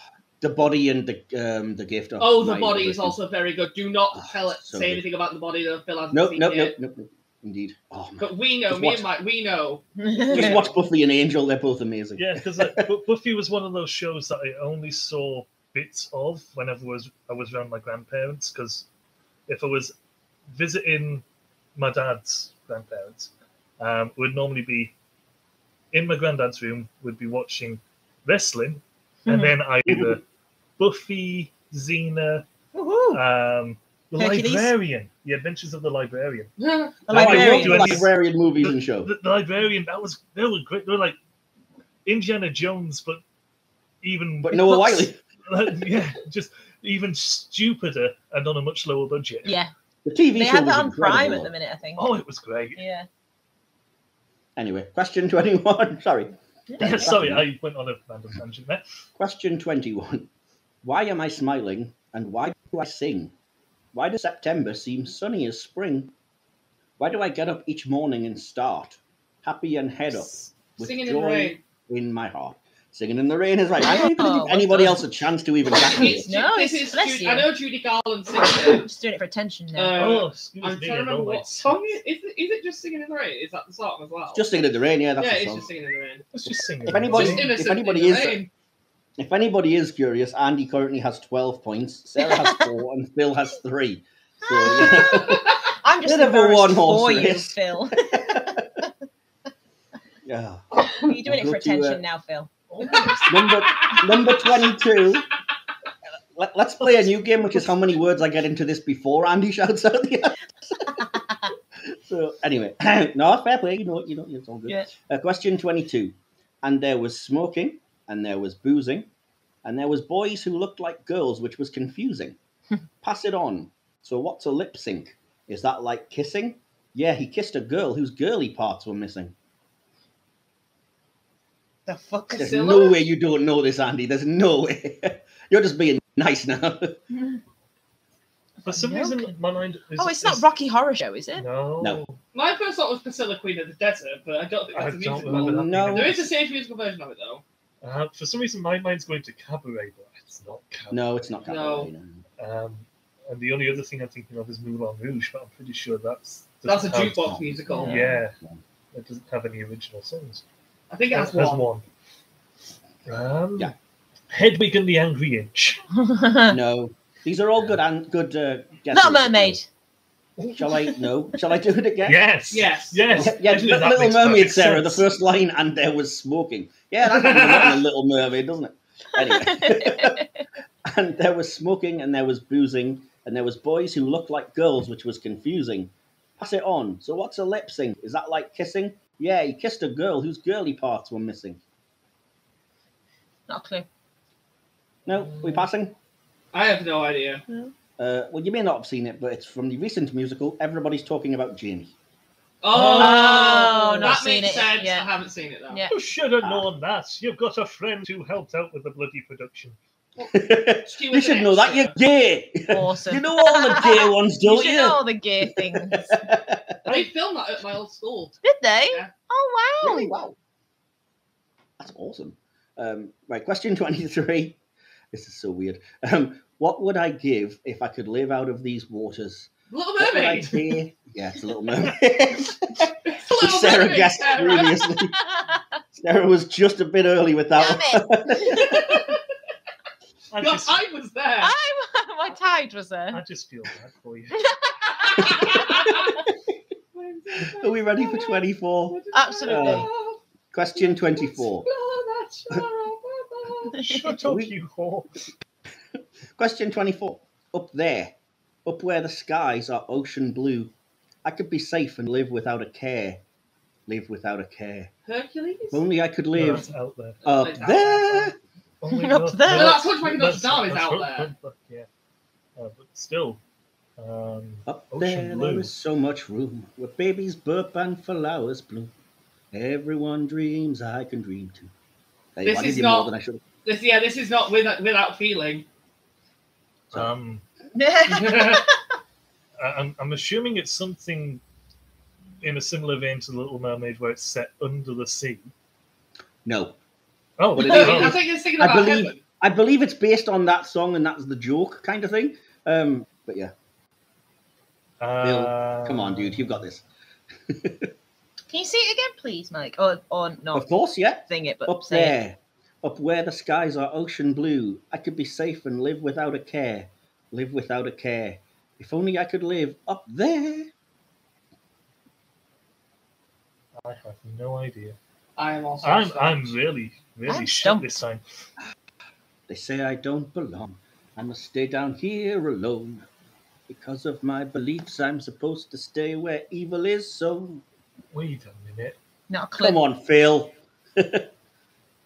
S5: The body and the um the gift. are
S2: Oh, The
S5: my
S2: Body is
S5: favorite.
S2: also very good. Do not
S5: Ah,
S2: tell it,
S5: so
S2: say
S5: good.
S2: anything about The Body though, Phil hasn't
S5: Nope,
S2: seen
S5: nope,
S2: it.
S5: nope, nope, nope. Indeed. Oh man.
S2: But we know,
S5: Just
S2: me
S5: watch
S2: and Mike, we know.
S5: Just
S2: Yeah.
S5: watch Buffy and Angel. They're both amazing.
S3: Yeah, because like, Bu- Buffy was one of those shows that I only saw bits of whenever was I was around my grandparents. Because if I was visiting my dad's grandparents, um, it would normally be in my granddad's room. Would be watching wrestling, and then I either Buffy, Xena,
S4: Woohoo.
S3: um, the
S4: Hercules?
S3: librarian, the Adventures of the Librarian.
S4: The
S5: Now I love
S4: librarian.
S5: librarian movies and shows.
S3: The, the librarian that was they were great. They were like Indiana Jones, but even
S5: But Noah
S4: Looks-
S5: Wiley,
S3: yeah, just even stupider and on a much lower budget.
S4: Yeah,
S5: the TV
S4: they
S5: show
S4: have
S5: was
S4: that on Prime
S5: incredible.
S4: at the minute, I think.
S3: Oh, it was great.
S4: Yeah.
S5: Anyway, question twenty-one. Sorry,
S3: Sorry, I went on a random tangent there.
S5: question twenty-one. Why am I smiling and why do I sing? Why does September seem sunny as spring? Why do I get up each morning and start happy and head up with
S2: Singing in the
S5: joy
S2: rain.
S5: in my heart? Singing in the rain is right. I don't even
S4: Oh,
S5: give
S4: well
S5: anybody
S4: done.
S5: else a chance to even catch
S2: It's
S5: it.
S2: Ju-
S4: No,
S2: this
S4: it's-
S2: is
S4: bless
S2: Judy.
S4: you.
S2: I know Judy Garland sings it.
S4: I'm just doing it for attention now.
S2: Uh,
S3: Oh, excuse
S2: I'm
S3: me.
S2: trying to remember what
S3: always.
S2: song it is. It, is it just singing in the rain? Is that the song as well?
S5: Just singing in the rain, yeah, that's
S2: yeah,
S5: the
S2: it's
S5: song.
S2: just singing in the rain.
S3: Let's just sing.
S5: If
S3: it.
S5: anybody-
S2: just innocent
S5: anybody
S2: in the
S5: is- uh,
S2: rain.
S5: If anybody is curious, Andy currently has 12 points, Sarah has four, and Phil has three. So, yeah.
S4: I'm just
S5: bit of a
S4: embarrassed
S5: one-horse
S4: for you,
S5: race.
S4: Phil.
S5: yeah.
S4: You're doing it for
S5: We'll go to, uh,
S4: attention now, Phil.
S5: Number, number 22. Let, us play a new game, which is how many words I get into this before Andy shouts out the answer. so, anyway, no, fair play. You know, you know, it's all good.
S4: Yeah.
S5: Uh, question 22. And there was smoking, and there was boozing, and there was boys who looked like girls, which was confusing. Pass it on. So what's a lip sync? Is that like kissing? Yeah, he kissed a girl whose girly parts were missing.
S4: The fuck
S5: There's
S4: is
S2: Priscilla?
S5: no way you don't know this, Andy. There's no way. You're just being nice now.
S3: For some reason, my mind is.
S4: Oh, it's
S3: is-
S4: not Rocky Horror Show, is it?
S3: No.
S5: No.
S2: My first thought was Priscilla Queen of the Desert, but I don't think
S3: I
S2: that's a
S3: don't
S2: musical.
S3: remember that.
S5: No.
S3: being a
S2: There is a safe musical version of it though.
S3: Uh, for some reason, my mind's going to cabaret, but it's not cabaret.
S5: no, it's not
S2: No.
S5: cabaret. No.
S3: Um, and the only other thing I'm thinking of is Moulin Rouge, but I'm pretty sure that's
S2: That's a
S3: doesn't have-
S2: jukebox musical.
S4: Yeah.
S3: Yeah, it doesn't have any original songs.
S2: I think it has
S3: It has
S2: one.
S3: one. Um,
S5: Yeah.
S3: Hedwig and the Angry Inch.
S4: Little
S5: No. These are all good and good. Uh, guesses.
S4: Mermaid.
S5: Shall I? No. Shall I do it again?
S3: Yes.
S2: Yes.
S3: Yes.
S5: Yeah,
S3: Actually,
S5: Li-
S3: that
S5: Little
S3: makes perfect
S5: Mermaid, Sarah.
S3: sense.
S5: The first line, and there was smoking. Yeah, that comes from the Little Mermaid, doesn't it? Anyway, and there was smoking, and there was boozing, and there was boys who looked like girls, which was confusing. Pass it on. So, what's a lip sync? Is that like kissing? Yeah, he kissed a girl whose girly parts were missing.
S4: Not a clue.
S5: No, we passing.
S2: I have no idea.
S5: Uh, well, you may not have seen it, but it's from the recent musical. Everybody's talking about Jamie.
S2: Oh,
S4: Oh, not
S2: that
S4: seen
S2: makes
S4: it,
S2: sense.
S4: yeah.
S2: I haven't seen it though.
S4: Yeah.
S3: You should have known that. You've got a friend who helped out with the bloody production.
S2: She
S5: you
S2: was an
S5: should know that. You're
S2: extra.
S5: gay.
S4: Awesome.
S5: you know all the gay ones,
S4: You
S5: don't
S4: should
S5: you?
S4: know all the gay things. Did
S2: They filmed that at my old school.
S4: they?
S2: Yeah.
S4: Oh wow.
S5: Really? Wow. That's awesome. Um, right, question 23. This is so weird. Um, what would I give if I could live out of these waters?
S2: Little
S5: What would I
S2: Mermaid.
S5: pay- Yeah, it's a little mermaid.
S2: It's Little
S5: Which Sarah
S2: Mermaid,
S5: guessed
S2: Sarah.
S5: previously. Sarah was just a bit early with that
S4: Damn
S5: one.
S4: it.
S3: I
S2: God,
S3: just,
S2: I was there.
S4: Ah! I my tide was
S3: I
S4: there.
S3: just feel bad for you.
S5: Are we ready for 24?
S4: Absolutely.
S5: Question 24.
S2: Oh,
S3: Shut up,
S5: We-
S3: you whore.
S5: Question 24. Up there, up where the skies are ocean blue, I could be safe and live without a care. Live without a care.
S2: Hercules?
S5: If only I could
S3: No,
S5: live
S3: that's out there.
S5: up there.
S3: Oh my
S4: Up
S3: God,
S4: there.
S3: no,
S4: Well,
S2: that's what Michael
S3: that's-
S2: Dobbs is
S3: that's
S2: out
S3: front-
S2: there.
S3: front- front, yeah. Uh, but still. Um,
S5: Up
S3: Ocean
S5: there,
S3: blue.
S5: there is so much room where babies burp and flowers bloom. Everyone dreams, I can dream too. Hey,
S2: This
S5: I did
S2: is
S5: you more
S2: not-
S5: than I should.
S2: This, yeah, this is not without, without feeling.
S3: um, I- I'm, I'm assuming it's something in a similar vein to Little Mermaid where it's set under the sea.
S5: No,
S3: Oh,
S5: But it is-
S2: I
S3: oh,
S2: think it's thinking
S5: I
S2: about
S5: believe-
S2: heaven.
S5: I believe it's based on that song, and that's the joke kind of thing. Um, but yeah,
S3: uh,
S5: come on, dude, you've got this.
S4: Can you see it again, please, Mike? Or or
S5: Of
S4: not
S5: course, yeah.
S4: thing it, but
S5: Up
S4: say it.
S5: there, up where the skies are ocean blue, I could be safe and live without a care. Live without a care. If only I could live up there.
S3: I have no idea.
S2: I am also.
S3: I'm I'm really really
S4: I'm
S3: shit
S4: stumped.
S3: this time.
S5: They say I don't belong. I must stay down here alone. Because of my beliefs, I'm supposed to stay where evil is sown.
S3: Wait a minute.
S4: Not a clue.
S5: Come on, Phil.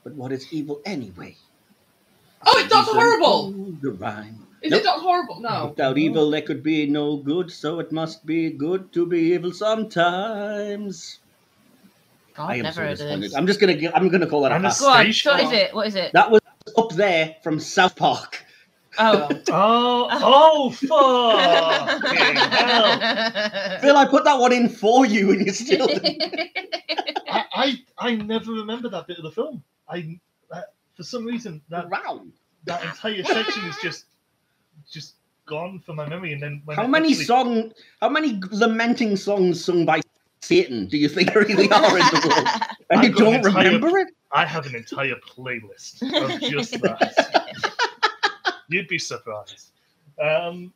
S5: But what is evil anyway?
S2: Oh, it's Doctor
S5: Reason-
S2: Horrible!
S5: The rhyme.
S2: Is
S5: Nope.
S2: it Doctor Horrible?
S4: Oh.
S2: No.
S5: Without evil, there could be no good, so it must be good to be evil sometimes.
S4: God,
S5: I am
S4: never
S5: so
S4: heard of
S5: disappointed.
S4: this.
S5: I'm just gonna gi- I'm gonna call that a
S3: And a
S5: pass.
S4: Go on,
S3: Station.
S4: what is it? What is it?
S5: That was up there from South Park.
S4: Oh.
S3: Oh, oh, fuck! hell.
S5: Phil, I put that one in for you, and you still. didn't.
S3: I, I, I never remember that bit of the film. I, uh, for some reason, that
S5: wow.
S3: that entire section is just, just gone from my memory. And then when
S5: How
S3: I
S5: many
S3: actually-
S5: song? How many lamenting songs sung by Satan do you think there really are in the world? And
S3: I've
S5: you
S3: got an
S5: don't
S3: entire-
S5: remember it?
S3: I have an entire playlist of just that. You'd be surprised. Um,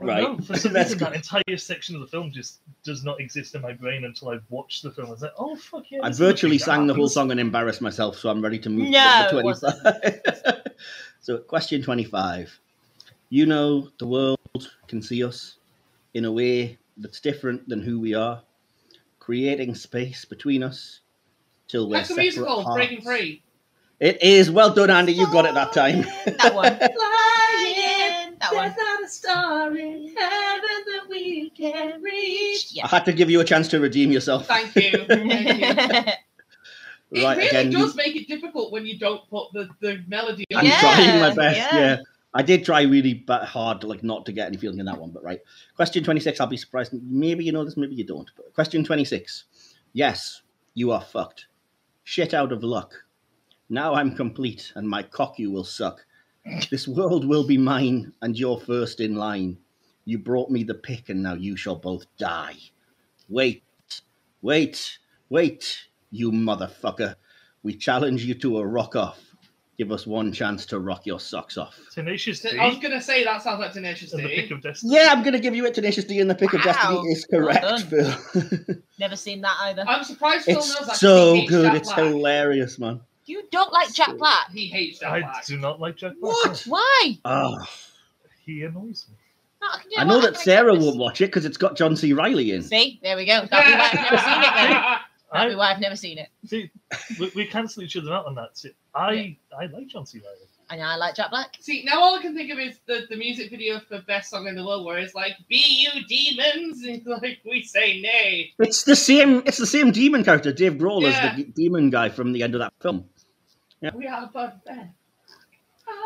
S5: Right.
S3: no, for some
S5: That's
S3: reason, that entire section of the film just does not exist in my brain until I watched the film. I was like, oh, fuck yeah.
S5: I
S3: this is what
S5: virtually
S3: that
S5: sang the whole
S3: happens.
S5: song and embarrassed myself, so I'm ready to move
S4: No,
S5: to
S4: it
S5: number 25. so, question 25. You know, the world can see us in a way that's different than who we are, creating space between us till we're
S2: That's the
S5: separate
S2: musical,
S5: hearts.
S2: Breaking Free.
S5: It is. Well done, Andy. You got it that time.
S4: that one.
S2: Flying,
S4: That one.
S2: not a star in heaven that we can reach.
S5: I
S4: Yeah.
S5: had to give you a chance to redeem yourself.
S2: Thank you. Thank you. It
S5: right,
S2: really
S5: again, you-
S2: does make it difficult when you don't put the, the melody on.
S5: I'm
S4: Yeah,
S5: trying my best.
S4: yeah.
S5: Yeah. I did try really ba- hard, like not to get any feeling in that one. But right, question twenty six. I'll be surprised. Maybe you know this. Maybe you don't. But question twenty six. Yes, you are fucked. Shit out of luck. Now I'm complete, and my cock you will suck. This world will be mine, and you're first in line. You brought me the pick, and now you shall both die. Wait, wait, wait, you motherfucker. We challenge you to a rock off. Give us one chance to rock your socks off.
S3: Tenacious D
S2: I was going to say that sounds like Tenacious
S3: and the pick
S2: D.
S3: of destiny.
S5: Yeah, I'm going to give you it. Tenacious D in the pick of
S4: Wow.
S5: destiny is correct,
S4: Well
S5: Phil.
S4: Never seen that either.
S2: I'm surprised Phil knows that.
S5: it's
S2: 'cause
S5: so
S2: he hates
S5: good.
S2: Jack
S5: It's
S2: Black.
S5: hilarious, man.
S4: You don't like Jack Black.
S2: He hates Jack
S3: I
S2: Black.
S3: do not like Jack Black.
S5: What?
S4: Why?
S5: Oh,
S3: He annoys me.
S4: Not, you
S5: I know
S4: what,
S5: that
S4: I'm gonna
S5: Sarah
S4: get this.
S5: won't watch it because it's got John C. Riley in.
S4: See, there we go. That'd be why I've never seen it. Then. That'd be
S3: I,
S4: why I've never seen it.
S3: see, we, we cancel each other out on that. See, I, I like John C. Riley.
S4: And I like Jack Black.
S2: See, now all I can think of is the, the music video for Best Song in the World, where it's like, Be you demons, and like, we say nay.
S5: It's the same. It's the same demon character, Dave Grohl,
S2: Yeah.
S5: as the demon guy from the end of that film.
S2: We are above them.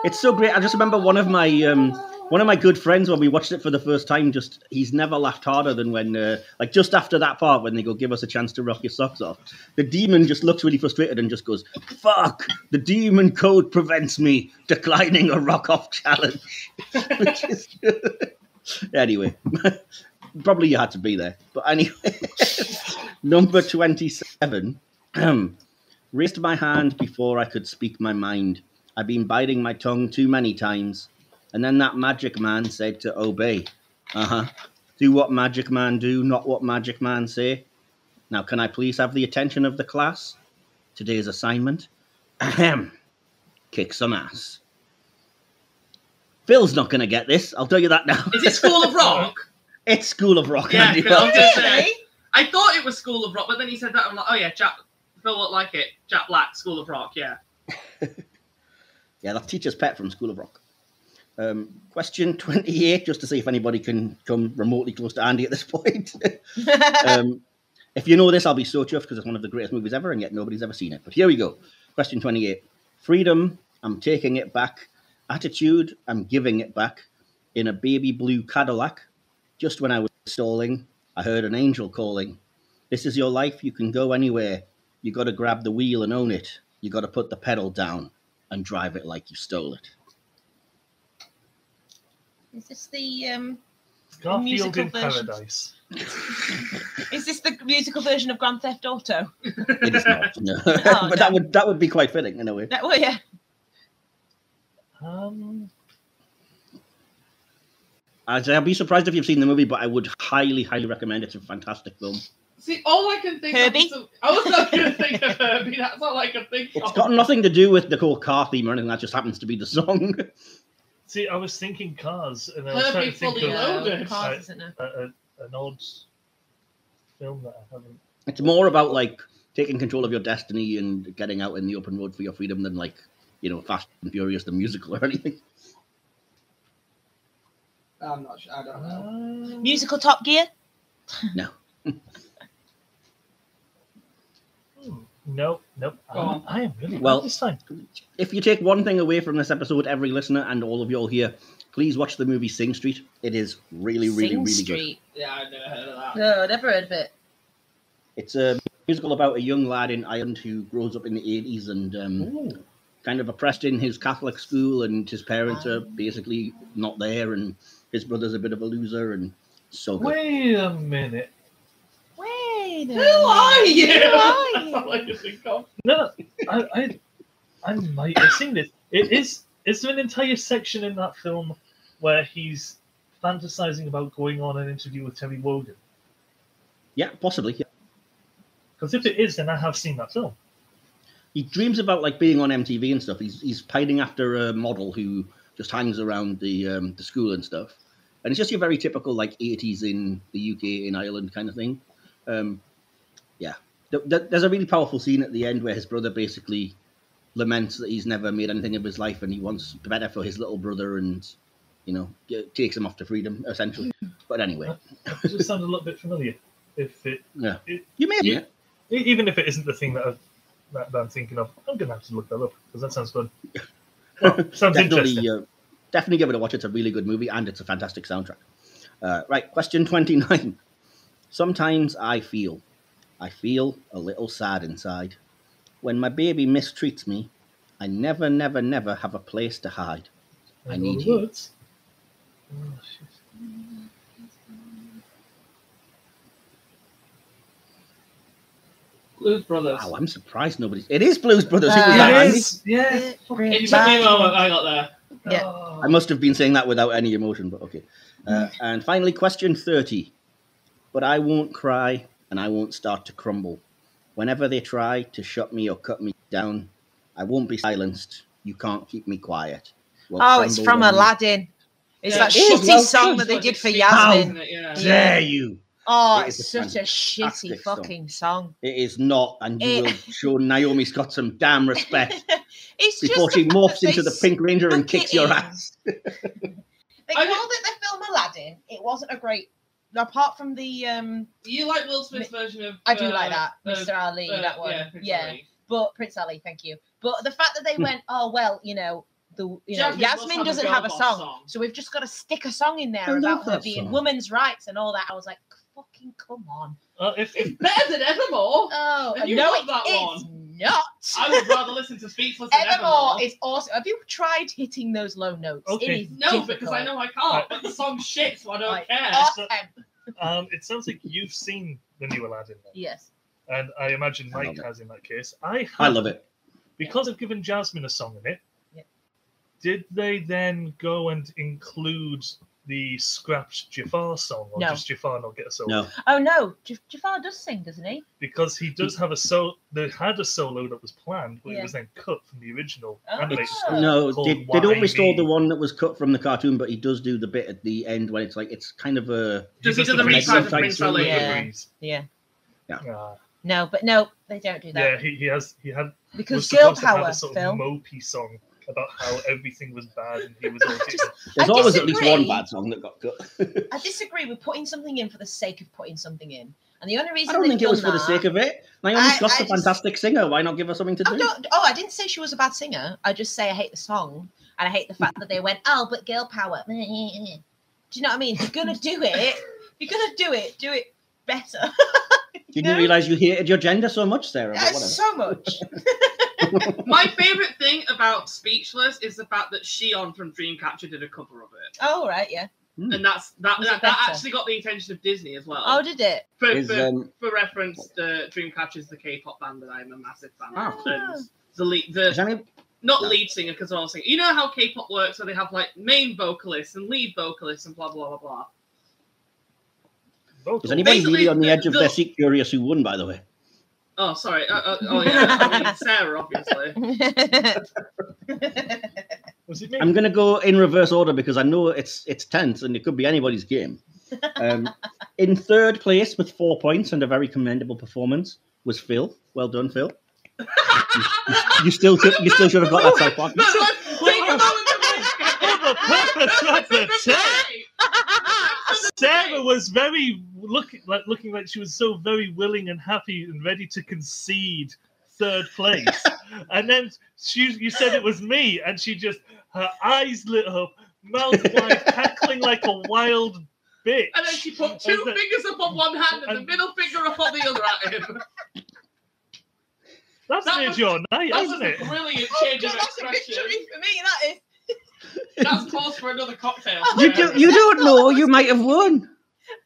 S5: It's so great. I just remember one of my um, one of my good friends when we watched it for the first time. Just he's never laughed harder than when uh, like just after that part when they go give us a chance to rock your socks off. The demon just looks really frustrated and just goes, "Fuck! The demon code prevents me declining a rock off challenge." Which is anyway, probably you had to be there, but anyway, number twenty-seven. Raised my hand before I could speak my mind. I've been biting my tongue too many times. And then that magic man said to obey. Uh huh. Do what magic man do, not what magic man say. Now, can I please have the attention of the class? Today's assignment. Ahem. Kick some ass. Phil's not going to get this. I'll tell you that now.
S2: Is it School of Rock?
S5: it's School of Rock.
S2: Yeah,
S5: Andy.
S2: Phil. I was gonna say,
S4: Really?
S2: I thought it was School of Rock, but then he said that. I'm like, oh yeah, Jack, Phil looked like it. Jack Black, School of Rock, yeah.
S5: Yeah, that's teacher's pet from School of Rock. Um, question 28, just to see if anybody can come remotely close to Andy at this point. um, if you know this, I'll be so chuffed because it's one of the greatest movies ever, and yet nobody's ever seen it. But here we go. Question 28 Freedom, I'm taking it back. Attitude, I'm giving it back. In a baby blue Cadillac, just when I was stalling, I heard an angel calling. This is your life. You can go anywhere. You got to grab the wheel and own it. You got to put the pedal down and drive it like you stole it.
S4: Is this the um?
S3: Garfield
S4: musical
S3: in
S4: versions.
S3: Paradise.
S4: Is this the musical version of Grand Theft Auto?
S5: It is not. No.
S4: Oh,
S5: but that would that would be quite fitting in a way.
S4: That, well, yeah.
S3: Um,
S5: I'd say I'd be surprised if you've seen the movie, but I would highly, highly recommend it. It's a fantastic film.
S2: See, all I can think
S4: Herbie?
S2: of. Is, I was not going to think of Herbie. That's all I could think
S5: It's
S2: of.
S5: got nothing to do with the whole car theme or anything. That just happens to be the song.
S3: see, I was thinking cars, and I was trying
S2: Herbie
S3: to think
S2: fully
S3: of
S4: Yeah,
S2: loaded.
S4: Cars, isn't it?
S3: a, a, an odd film that I haven't.
S5: It's more about like taking control of your destiny and getting out in the open road for your freedom than like you know Fast and Furious the musical or anything.
S2: I'm not sure. I don't know.
S4: Musical Top Gear?
S3: No, Hmm. nope.
S2: Go on.
S3: I am really
S5: Well-
S3: well this time.
S5: If you take one thing away from this episode, every listener and all of y'all here, please watch the movie Sing Street. It is really, really,
S4: Sing
S5: really good.
S4: Street.
S2: Yeah, I've never heard of that.
S4: No, never heard of it.
S5: It's a musical about a young lad in Ireland who grows up in the 80s and um,
S3: Ooh.
S5: kind of oppressed in his Catholic school, and his parents are
S4: Ah.
S5: basically not there, and his brother's a bit of a loser, and so good.
S3: Wait a minute.
S4: Wait. a
S2: Who are
S4: minute.
S2: you?
S4: Who are
S2: That's all I
S4: you?
S2: can think of.
S3: No, I, I, I might have seen this. It is. Is there an entire section in that film where he's fantasizing about going on an interview with Terry Wogan?
S5: Yeah, possibly. yeah.
S3: Because if it is, then I have seen that film.
S5: He dreams about like being on MTV and stuff. He's he's pining after a model who just hangs around the um, the school and stuff, and it's just your very typical like 80s in the UK in Ireland kind of thing. Um, yeah, Th- th- there's a really powerful scene at the end where his brother basically laments that he's never made anything of his life and he wants better for his little brother and you know g- takes him off to freedom essentially. But anyway,
S3: It just sounded a little bit familiar. If it,
S5: you may have
S3: Yeah. e- even if it isn't the thing that, I've, that, that I'm thinking of, I'm gonna have to look that up because that sounds fun. Well, sounds interesting.
S5: definitely, uh, definitely give it a watch. It's a really good movie and it's a fantastic soundtrack. Uh, right, question 29. Sometimes I feel, I feel a little sad inside. When my baby mistreats me, I never, never, never have a place to hide. I
S3: In
S5: need
S3: other
S5: you.
S3: words- Oh, shit.
S2: Blues Brothers.
S5: Wow, I'm surprised nobody's. It is Blues Brothers. It was
S4: Uh,
S5: that
S3: It
S5: handy.
S3: is. Yeah.
S4: It
S3: fucking
S2: It
S4: really-
S2: took me a moment. I got there.
S4: Yeah.
S3: Oh.
S5: I must have been saying that without any emotion, but okay. Uh, and finally, question 30. But I won't cry and I won't start to crumble. Whenever they try to shut me or cut me down, I won't be silenced. You can't keep me quiet. Well,
S4: Oh, it's
S5: crumble
S4: from
S5: when you-
S4: Aladdin. It's
S2: Yeah,
S4: that
S5: it is.
S4: shitty
S5: Well,
S4: song that
S2: it's
S4: they
S2: like
S4: did for
S2: 60s,
S4: Yasmin.
S2: isn't it? Yeah.
S5: Dare you?
S4: Oh,
S5: It is
S4: it's
S5: a
S4: such a shitty
S5: fantastic song.
S4: fucking song.
S5: It is not, and you
S4: It-
S5: will show Naomi Scott some damn respect
S4: it's
S5: before
S4: just
S5: she
S4: the fact
S5: morphs
S4: that
S5: into
S4: they
S5: the Pink Ranger
S4: stuck
S5: and kicks
S4: it
S5: your
S4: in.
S5: ass.
S4: They
S2: I-
S4: called it the film Aladdin. It wasn't a great. Apart from the, um,
S2: You like Will Smith's version of?
S4: I do
S2: uh,
S4: like that,
S2: uh,
S4: Mr. Ali,
S2: uh,
S4: that one.
S2: Yeah. Prince
S4: Yeah,
S2: Ali. Hmm.
S4: but Prince Ali, thank you. But the fact that they went, oh well, you know, the you know,
S2: Jasmine must
S4: Yasmin
S2: have a
S4: doesn't
S2: girl
S4: have a
S2: boss
S4: song,
S2: song.
S4: so we've just got to stick a song in there
S5: I love
S4: about her
S5: that
S4: being
S5: song.
S4: women's rights and all that. I was like, fucking come on.
S3: Uh, if, if
S2: Better than Evermore.
S4: Oh,
S2: And you
S4: no,
S2: love
S4: it
S2: that
S4: is not.
S2: I would rather listen to Speechless than
S4: Evermore is awesome. Have you tried hitting those low notes? It
S3: Okay.
S4: is
S2: No, because I
S4: difficult.
S2: know I can't. But the song's shit, so I don't
S4: Right. Oh.
S2: care.
S4: Awesome.
S3: um, it sounds like you've seen the new Aladdin, then.
S4: Yes.
S3: and I imagine
S5: I
S3: Mike
S5: love it.
S3: has in that case. I have,
S5: I love it.
S3: because I've given Jasmine a song in it.
S4: Yeah.
S3: Did they then go and include the scrapped Jafar song, or
S4: No.
S3: just Jafar not get a solo?
S5: No,
S4: Oh no, Jaf- Jafar does sing, doesn't he?
S3: Because he does have a solo. They had a solo that was planned, but
S4: Yeah.
S3: it was then cut from the original.
S4: Oh.
S3: animated
S4: It's-
S3: song
S5: No,
S3: called
S5: they, they don't
S3: YB.
S5: restore the one that was cut from the cartoon, but he does do the bit at the end when it's like it's kind of a
S2: Does he do
S5: the
S3: does
S5: resize of
S3: the
S5: Prince
S3: Prince
S5: Ali?
S4: Yeah.
S3: Agrees.
S4: Yeah.
S3: Ah,
S4: No, but no, they don't do that
S3: yeah, he, he has. He had
S4: because
S3: was
S4: girl
S3: supposed to have
S4: power,
S3: a sort
S4: Phil.
S3: of mopey song about how everything was bad and he was all
S5: There's
S4: I
S5: always at least one
S4: disagree.
S5: bad song that got cut.
S4: I disagree with putting something in for the sake of putting something in, and the only reason
S5: I don't
S4: they've
S5: think it was
S4: done
S5: for the
S4: that-
S5: sake of it. Naomi
S4: I-
S5: Scott's
S4: I
S5: a
S4: just-
S5: fantastic singer. Why not give her something to
S4: I'm
S5: do?
S4: not, oh, I didn't say she was a bad singer. I just say I hate the song and I hate the fact that they went, oh, but girl power. Do you know what I mean? If you're gonna do it, if you're gonna do it, do it better.
S5: Didn't you
S4: No.
S5: realise you hated your gender so much, Sarah? But
S4: That's
S5: whatever.
S4: so much.
S2: My favorite thing about Speechless is the fact that Shion from Dreamcatcher did a cover of it,
S4: Oh right, yeah.
S2: and that's that
S4: Was it
S2: that, that
S4: better?
S2: actually got the attention of Disney as well.
S4: Oh, did it?
S2: for,
S5: Is,
S2: for,
S5: um,
S2: for reference, the Dreamcatcher's the K-pop band that I'm a massive fan
S4: Oh.
S2: of, and the lead, the
S5: Is any-
S2: not
S5: No.
S2: lead singer because all singing. You know how K-pop works, where they have like main vocalists and lead vocalists and blah blah blah blah.
S3: vocal.
S5: is anybody
S2: Basically,
S5: really on the edge of
S2: the-
S5: their seat curious who won, by the way?
S2: Oh, sorry. Uh, uh, oh yeah, I mean, Sarah obviously.
S3: Was it me?
S5: I'm going to go in reverse order because I know it's it's tense and it could be anybody's game. Um, in third place with four points and a very commendable performance was Phil. Well done, Phil. You still should, you still should have got that South Park.
S2: No, no, take a moment to
S3: For the purpose of the test, Sarah
S2: Right.
S3: was very looking like looking like she was so very willing and happy and ready to concede third place, and then she you said it was me, and she just her eyes lit up, mouth wide, cackling like a wild bitch.
S2: And then she put two
S3: And then-
S2: fingers up on one hand and the
S3: and-
S2: middle finger up on the other at him.
S3: That's
S2: that
S3: near
S2: was-
S3: your night,
S2: That was
S3: isn't it?
S2: a brilliant
S4: Oh,
S2: change
S4: God,
S2: of
S4: that's a
S2: expression.
S4: victory for me. That is.
S2: That's cause for another cocktail.
S5: You do, you don't know. You might have won,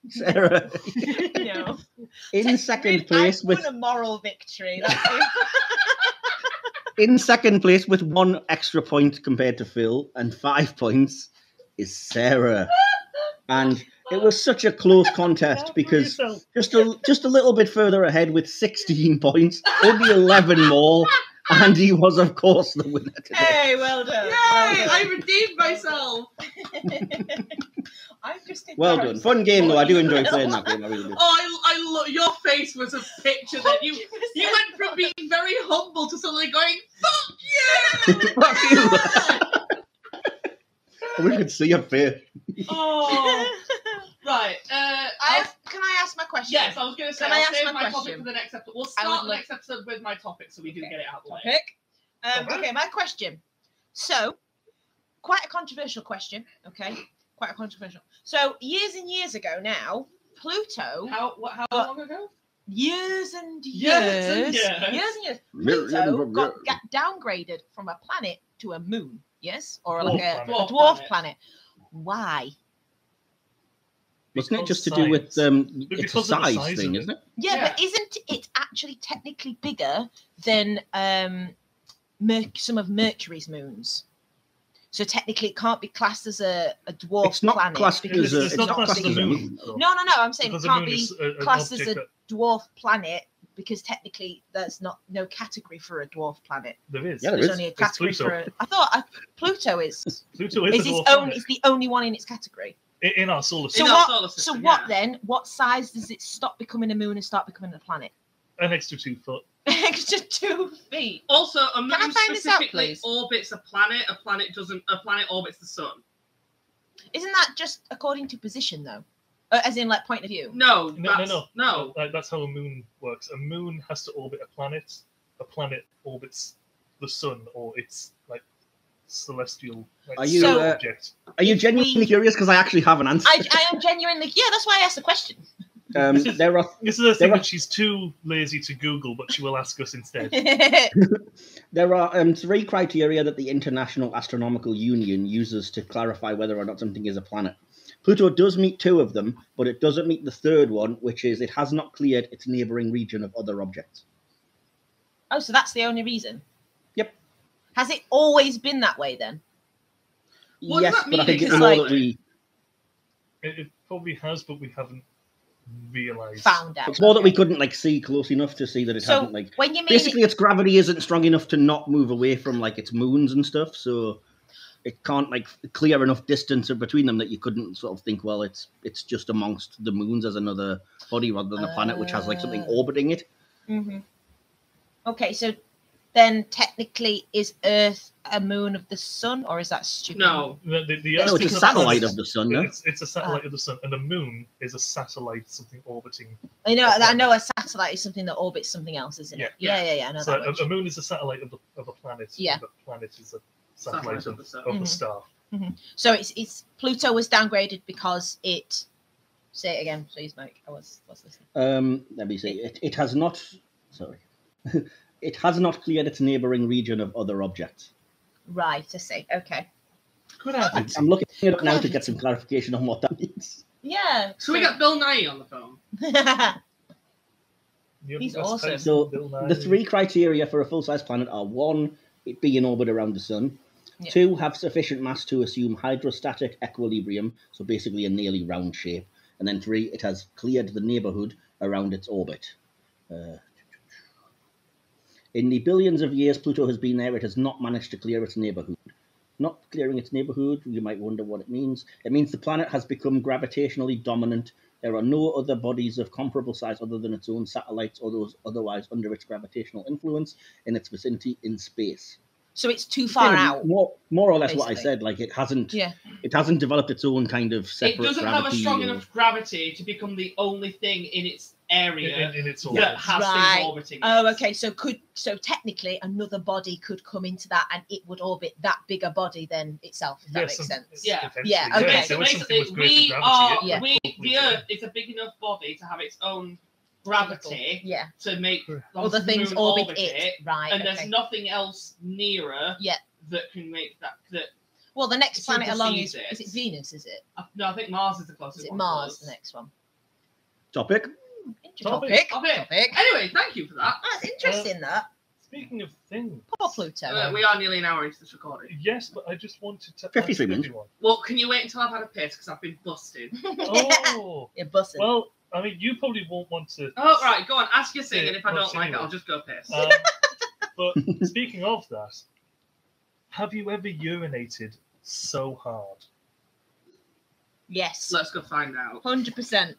S5: Sarah.
S4: No.
S5: In
S4: Really,
S5: second
S4: I've
S5: place
S4: won
S5: with
S4: a moral victory. That's it.
S5: in second place with one extra point compared to Phil and five points is Sarah. And it was such a close contest because
S3: Yourself.
S5: just a just a little bit further ahead with 16 points, only 11 more, and he was of course the winner today.
S4: Hey, well done.
S2: Yay!
S4: well
S2: I redeemed myself.
S4: done. I'm just
S5: Well done,
S4: embarrassed.
S5: fun game though. I do enjoy playing that game. I really do.
S2: Oh, I, I lo- your face was a picture that you you went from being very humble to suddenly going fuck you.
S4: Oh,
S5: Fuck you. I wish I could see your face.
S2: Oh, right. Uh,
S4: I,
S2: I'll-
S4: can I ask my question?
S2: yes, I was going to say
S4: Can I
S2: I'll
S4: ask
S2: save
S4: my
S2: my, topic
S4: question?
S2: for the next episode. We'll
S4: I would
S2: start the
S4: love-
S2: next episode with my topic so we do
S4: Okay.
S2: get it out of the way.
S4: Topic. Um,
S3: Alright.
S4: okay, my question. So, quite a controversial question. Okay, quite a controversial. So, years and years ago now, Pluto,
S2: How what, how
S4: But-
S2: long ago?
S4: years and years,
S2: Years and years.
S4: years and years, Pluto got ga- downgraded from a planet to a moon. Yes, or like
S3: Dwarf
S4: a,
S3: planet.
S4: a dwarf planet. Why?
S5: Wasn't it
S3: Because
S5: just to do with
S3: science.
S5: um, it's a
S3: because of the
S5: size,
S3: size
S5: thing,
S3: of it.
S5: isn't it?
S4: Yeah, but isn't it actually technically bigger than um, Merc- some of Mercury's moons? So technically, it can't be classed as a, a dwarf
S5: It's not
S4: planet.
S5: classed
S4: because
S5: as a.
S4: it's not classed as a
S5: moon.
S3: moon.
S4: No, no, no. I'm saying
S3: Because
S4: it
S3: the
S4: can't
S3: moon
S4: be
S3: is a- an
S4: classed as
S3: object
S4: a-
S3: that-
S4: dwarf planet because technically, there's not no category for a dwarf planet.
S3: There is.
S5: Yeah, there
S4: There's
S5: is.
S4: only a
S3: It's
S4: category
S3: Pluto.
S4: for. A, I thought uh Pluto is is
S3: Pluto is a
S4: its
S3: dwarf
S4: own.
S3: planet
S4: It's the only one in its category.
S3: i- in our solar
S4: So
S3: system.
S2: In our
S4: what-
S2: solar
S4: So
S2: system,
S4: what
S2: yeah.
S4: then? What size does it stop becoming a moon and start becoming a planet?
S3: An extra two foot.
S4: Extra two feet.
S2: Also, a moon
S4: I find this out,
S2: specifically
S4: please?
S2: orbits a planet. A planet doesn't. A planet orbits the sun.
S4: Isn't that just according to position though? Uh, as in like point of view.
S2: No,
S3: No, no,
S2: that's-
S3: no.
S2: no.
S3: Like, that's how a moon works. A moon has to orbit a planet. A planet orbits the sun or its like celestial like,
S5: Are you,
S3: star
S4: uh,
S3: object.
S5: Are you genuinely
S4: We-
S5: curious? Because I actually have an answer.
S4: I, I am genuinely yeah. That's why I asked the question.
S5: um,
S3: This is-
S5: there are
S3: This is a thing
S5: there are-
S3: that she's too lazy to Google, but she will ask us instead.
S5: there are um, three criteria that the International Astronomical Union uses to clarify whether or not something is a planet. Pluto does meet two of them, but it doesn't meet the third one, which is it has not cleared its neighboring region of other objects.
S4: oh, so that's the only reason.
S5: Yep.
S4: Has it always been that way then?
S2: What does
S5: yes,
S2: that
S5: but I
S2: mean?
S5: think it's
S4: Because,
S5: more
S4: like-
S5: that we
S3: It, it probably has, but we haven't realized.
S4: Found out.
S5: it's more that we couldn't like see close enough to see that it
S4: So-
S5: hasn't like
S4: When you mean it-
S5: basically its gravity isn't strong enough to not move away from like its moons and stuff so it can't like clear enough distance between them that you couldn't sort of think well it's it's just amongst the moons as another body rather than a planet which has like something
S4: Ah.
S5: orbiting it
S4: Mhm. Okay, so then technically, is Earth a moon of the sun, or is that stupid?
S2: No.
S3: The, the, the
S5: no
S3: Earth
S5: it's a
S3: is
S5: satellite of the sun no?
S3: It's, it's a satellite of the sun, and the moon is a satellite, something orbiting.
S4: I know. I know a satellite is something that orbits something else, isn't it?
S3: Yeah,
S4: Yeah, yeah, yeah. I know
S3: So
S4: that.
S3: a,
S4: much.
S3: a moon is a satellite of, the, of a planet.
S4: Yeah.
S3: and A planet is a satellite,
S2: Satellite of
S3: of,
S2: the sun.
S3: of
S4: Mhm.
S3: a star.
S4: So it's it's Pluto was downgraded because it. Say it again, please, Mike. I was was listening.
S5: um let me see it, it has not sorry it has not cleared its neighboring region of other objects
S4: Right, I see. Okay.
S3: Good
S5: I,
S3: heavens.
S5: i'm looking it up now to get some clarification on what that means
S4: Yeah.
S2: So we got Bill Nye on the phone.
S3: Yep,
S4: He's
S3: that's
S4: awesome.
S3: Tyson,
S5: So,
S3: Bill
S5: The
S3: Nye.
S5: three criteria for a full size planet are one, it be in orbit around the sun,
S4: Yeah.
S5: two, have sufficient mass to assume hydrostatic equilibrium, so basically a nearly round shape, and then three, it has cleared the neighborhood around its orbit. Uh, in the billions of years Pluto has been there, it has not managed to clear its neighborhood. Not clearing its neighborhood, you might wonder what it means. It means the planet has become gravitationally dominant There are no other bodies of comparable size other than its own satellites or those otherwise under its gravitational influence in its vicinity in space.
S4: So it's too far
S5: Kind of
S4: out.
S5: More, more or less what I
S4: basically.
S5: said. Like it hasn't,
S4: Yeah.
S5: it hasn't developed its own kind of
S2: It
S5: separate
S2: doesn't
S5: gravity.
S2: have a strong
S5: or-
S2: enough gravity to become the only thing in its
S3: in,
S2: area
S3: in, in its own.
S2: that has
S4: Right.
S2: things orbiting. it.
S4: Oh, okay. So could so technically another body could come into that and it would orbit that bigger body than itself. If that
S3: Yes,
S4: makes
S3: some-
S4: sense.
S2: Yeah.
S3: potentially,
S4: Yeah,
S3: if
S4: okay.
S3: there
S2: So
S3: was something
S2: basically,
S3: with greater
S2: we
S3: gravity,
S2: are
S3: it
S4: yeah.
S2: we,
S3: would
S2: the Earth is a big enough body to have its own gravity
S4: Yeah.
S2: to make
S3: Correct.
S4: Other
S2: obviously the
S4: things
S2: moon
S4: orbit it. Right.
S2: and
S4: okay.
S2: there's nothing else nearer.
S4: Yeah.
S2: That can make that. That
S4: well, the next
S2: it
S4: planet along is
S2: supersedes
S4: is
S2: it.
S4: it Venus? Is it?
S2: I- no, I think Mars is the closest.
S4: Is it
S2: one
S4: Mars?
S2: to us.
S4: The next one.
S5: topic.
S3: Topic.
S4: Topic.
S2: Topic.
S4: Topic.
S2: Anyway, thank you for that.
S4: That's interesting. That
S3: Speaking of things.
S4: poor Pluto.
S2: Uh, we are nearly an hour into this recording.
S3: Yes, but I just wanted to.
S5: 53
S3: ask
S5: minutes.
S3: everyone.
S2: Well, can you wait until I've had a piss because I've been busted?
S3: Oh,
S4: You're bussing.
S3: well, I mean, you probably won't want to.
S2: Oh right, go on. Ask your thing,
S3: Yeah,
S2: and if I don't like it,
S3: continue.
S2: I'll just go piss.
S3: Um, but speaking of that, have you ever urinated so hard?
S4: yes.
S2: Let's go find out.
S4: Hundred percent.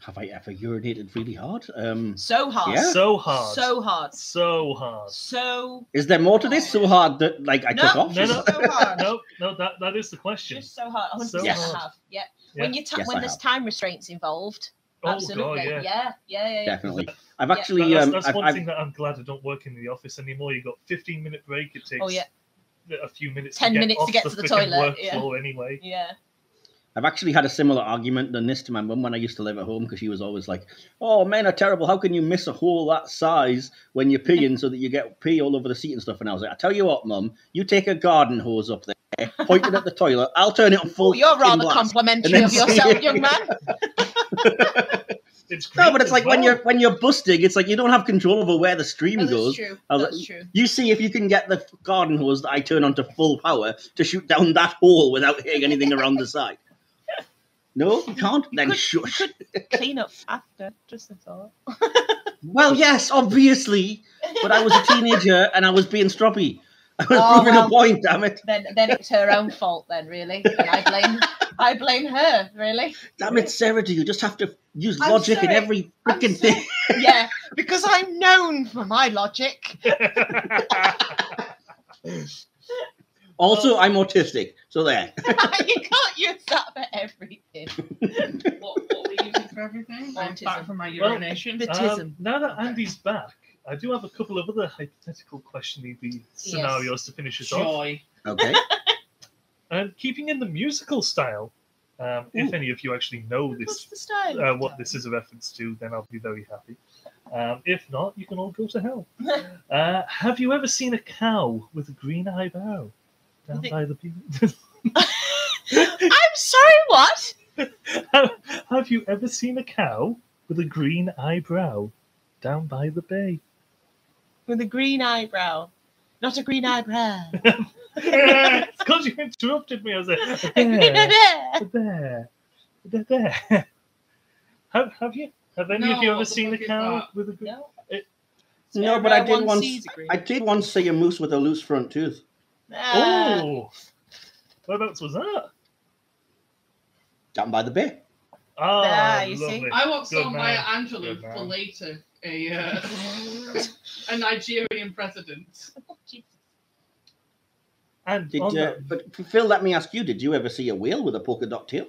S5: Have I ever urinated really hard? Um,
S4: So hard.
S5: Yeah.
S3: So hard.
S4: So hard.
S3: So hard.
S4: So
S5: is there more to this? So hard that like I
S4: No,
S5: took off.
S3: No, no,
S4: so hard.
S3: no, no. That that is the question.
S4: Just so hard. 100%
S3: So
S5: Yes.
S4: have. Yep.
S3: Yeah.
S4: When you ta-
S5: Yes,
S4: when
S5: I
S4: there's
S5: have.
S4: time restraints involved.
S3: oh
S4: absolutely.
S3: god, yeah.
S4: yeah. Yeah. Yeah. yeah.
S5: Definitely. I've
S4: Yeah.
S5: actually,
S3: That-
S5: um,
S3: that's that's
S5: I've,
S3: one
S5: I've,
S3: thing that I'm glad I don't work in the office anymore. You got 15 minute break. It takes
S4: Oh, yeah.
S3: a few minutes.
S4: 10
S3: to get
S4: minutes to
S3: off
S4: get
S3: the
S4: to the
S3: frickin'
S4: toilet, yeah.
S3: Workflow anyway.
S4: Yeah.
S5: I've actually had a similar argument than this to my mum when I used to live at home because she was always like, "Oh, men are terrible. How can you miss a hole that size when you're peeing so that you get pee all over the seat and stuff?" And I was like, "I tell you what, mum, you take a garden hose up there, point it at the toilet. I'll turn it on full.
S4: Well, Oh, you're
S5: fucking
S4: rather
S5: blast."
S4: complimentary
S5: then
S4: of
S5: see-
S4: yourself, young man.
S3: It's great
S5: No, but it's
S3: as
S5: like when
S3: well.
S5: you're when you're busting, it's like you don't have control over where the stream
S4: Oh, that's
S5: goes.
S4: true.
S5: I was
S4: That's
S5: like,
S4: true.
S5: You see if you can get the garden hose that I turn on to full power to shoot down that hole without hitting anything around the side. No, you can't. Then
S4: could-
S5: shush.
S4: Clean up after, just a thought.
S5: Well, yes, obviously, but I was a teenager and I was being stroppy. I was
S4: Oh,
S5: proving
S4: well.
S5: a point, damn it.
S4: Then, then it's her own fault. Then, really, and I blame, I blame her. Really,
S5: Damn it, Sarah, do you just have to use
S4: I'm
S5: logic in
S4: sorry.
S5: every
S4: I'm
S5: freaking
S4: sorry.
S5: thing?
S4: yeah, because I'm known for my logic.
S5: Also, I'm autistic, so there.
S4: you can't use that for everything.
S2: what, what were you using for everything? I'm
S4: Autism.
S2: back from my
S3: Well,
S2: urination.
S4: The
S3: Um, now that Andy's back, I do have a couple of other hypothetical questiony scenarios to finish us off.
S2: Joy.
S5: Okay.
S3: And keeping in the musical style, um, if any of you actually know
S4: What's
S3: Um, this,
S4: the style?
S3: uh, what this is a reference to, then I'll be very happy. Um, if not, you can all go to hell. Uh, have you ever seen a cow with a green eyebrow down
S4: Think-
S3: by the beach?
S4: I'm sorry. What?
S3: have you ever seen a cow with a green eyebrow down by the bay?
S4: With a green eyebrow, not a green eyebrow.
S3: it's because you interrupted me. I was like, there, there, there, there. Have, have you? Have any of you
S2: No,
S3: ever
S2: what the
S3: seen a
S2: fuck is
S3: cow
S2: that?
S3: with a green?
S5: No, but I did once.
S4: see
S5: I did once see a moose with a loose front tooth.
S4: Uh,
S3: oh, whereabouts was that?
S5: Down by the bay.
S3: Ah,
S4: There, you see?
S3: lovely.
S2: I once
S3: Good
S2: saw
S3: man.
S2: Maya
S3: Good
S2: Angelou
S3: man.
S2: for later a uh, a Nigerian president.
S3: And
S4: Oh,
S5: Did,
S3: on
S5: uh,
S3: that,
S5: but Phil, let me ask you: Did you ever see a whale with a polka dot tail?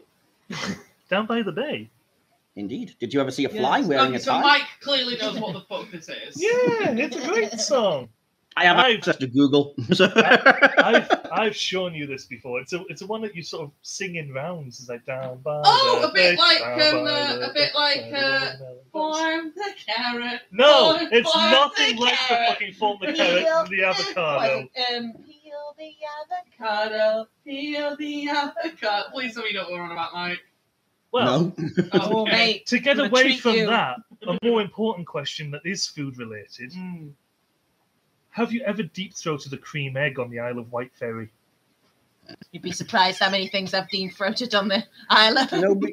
S3: down by the bay.
S5: Indeed. Did you ever see a
S3: Yes.
S5: fly wearing
S2: Okay,
S5: a
S4: Oh,
S2: so
S5: tie?
S2: Mike clearly knows what the fuck this is.
S3: Yeah, it's a great song.
S5: I have
S3: I've-
S5: access to Google. so-
S3: I've I've shown you this before. It's a it's a one that you sort of sing in rounds. It's like down by.
S2: Oh,
S3: the
S2: a bit
S3: bay,
S2: like,
S3: down
S2: um,
S3: by
S2: uh,
S3: the
S2: a bit
S3: bay,
S2: like, uh,
S3: down by the bay.
S2: Form the carrot.
S3: No,
S2: Form
S3: it's
S2: the
S3: nothing like the
S2: carrot.
S3: fucking form the
S4: Peel
S3: carrot and the
S4: was
S3: avocado.
S4: it, Um, peel the
S2: Avocado, peel the avocado. Please tell me you don't want about Mike.
S3: Well,
S5: no.
S2: Oh,
S4: avocado. Mate,
S3: to get
S4: I'm gonna
S3: away
S4: treat
S3: from
S4: you.
S3: that, a more important question that is food related:
S2: Mm.
S3: Have you ever deep throated a cream egg on the Isle of Wight ferry?
S4: you'd be surprised how many things I've dean throated on the island.
S5: No, be-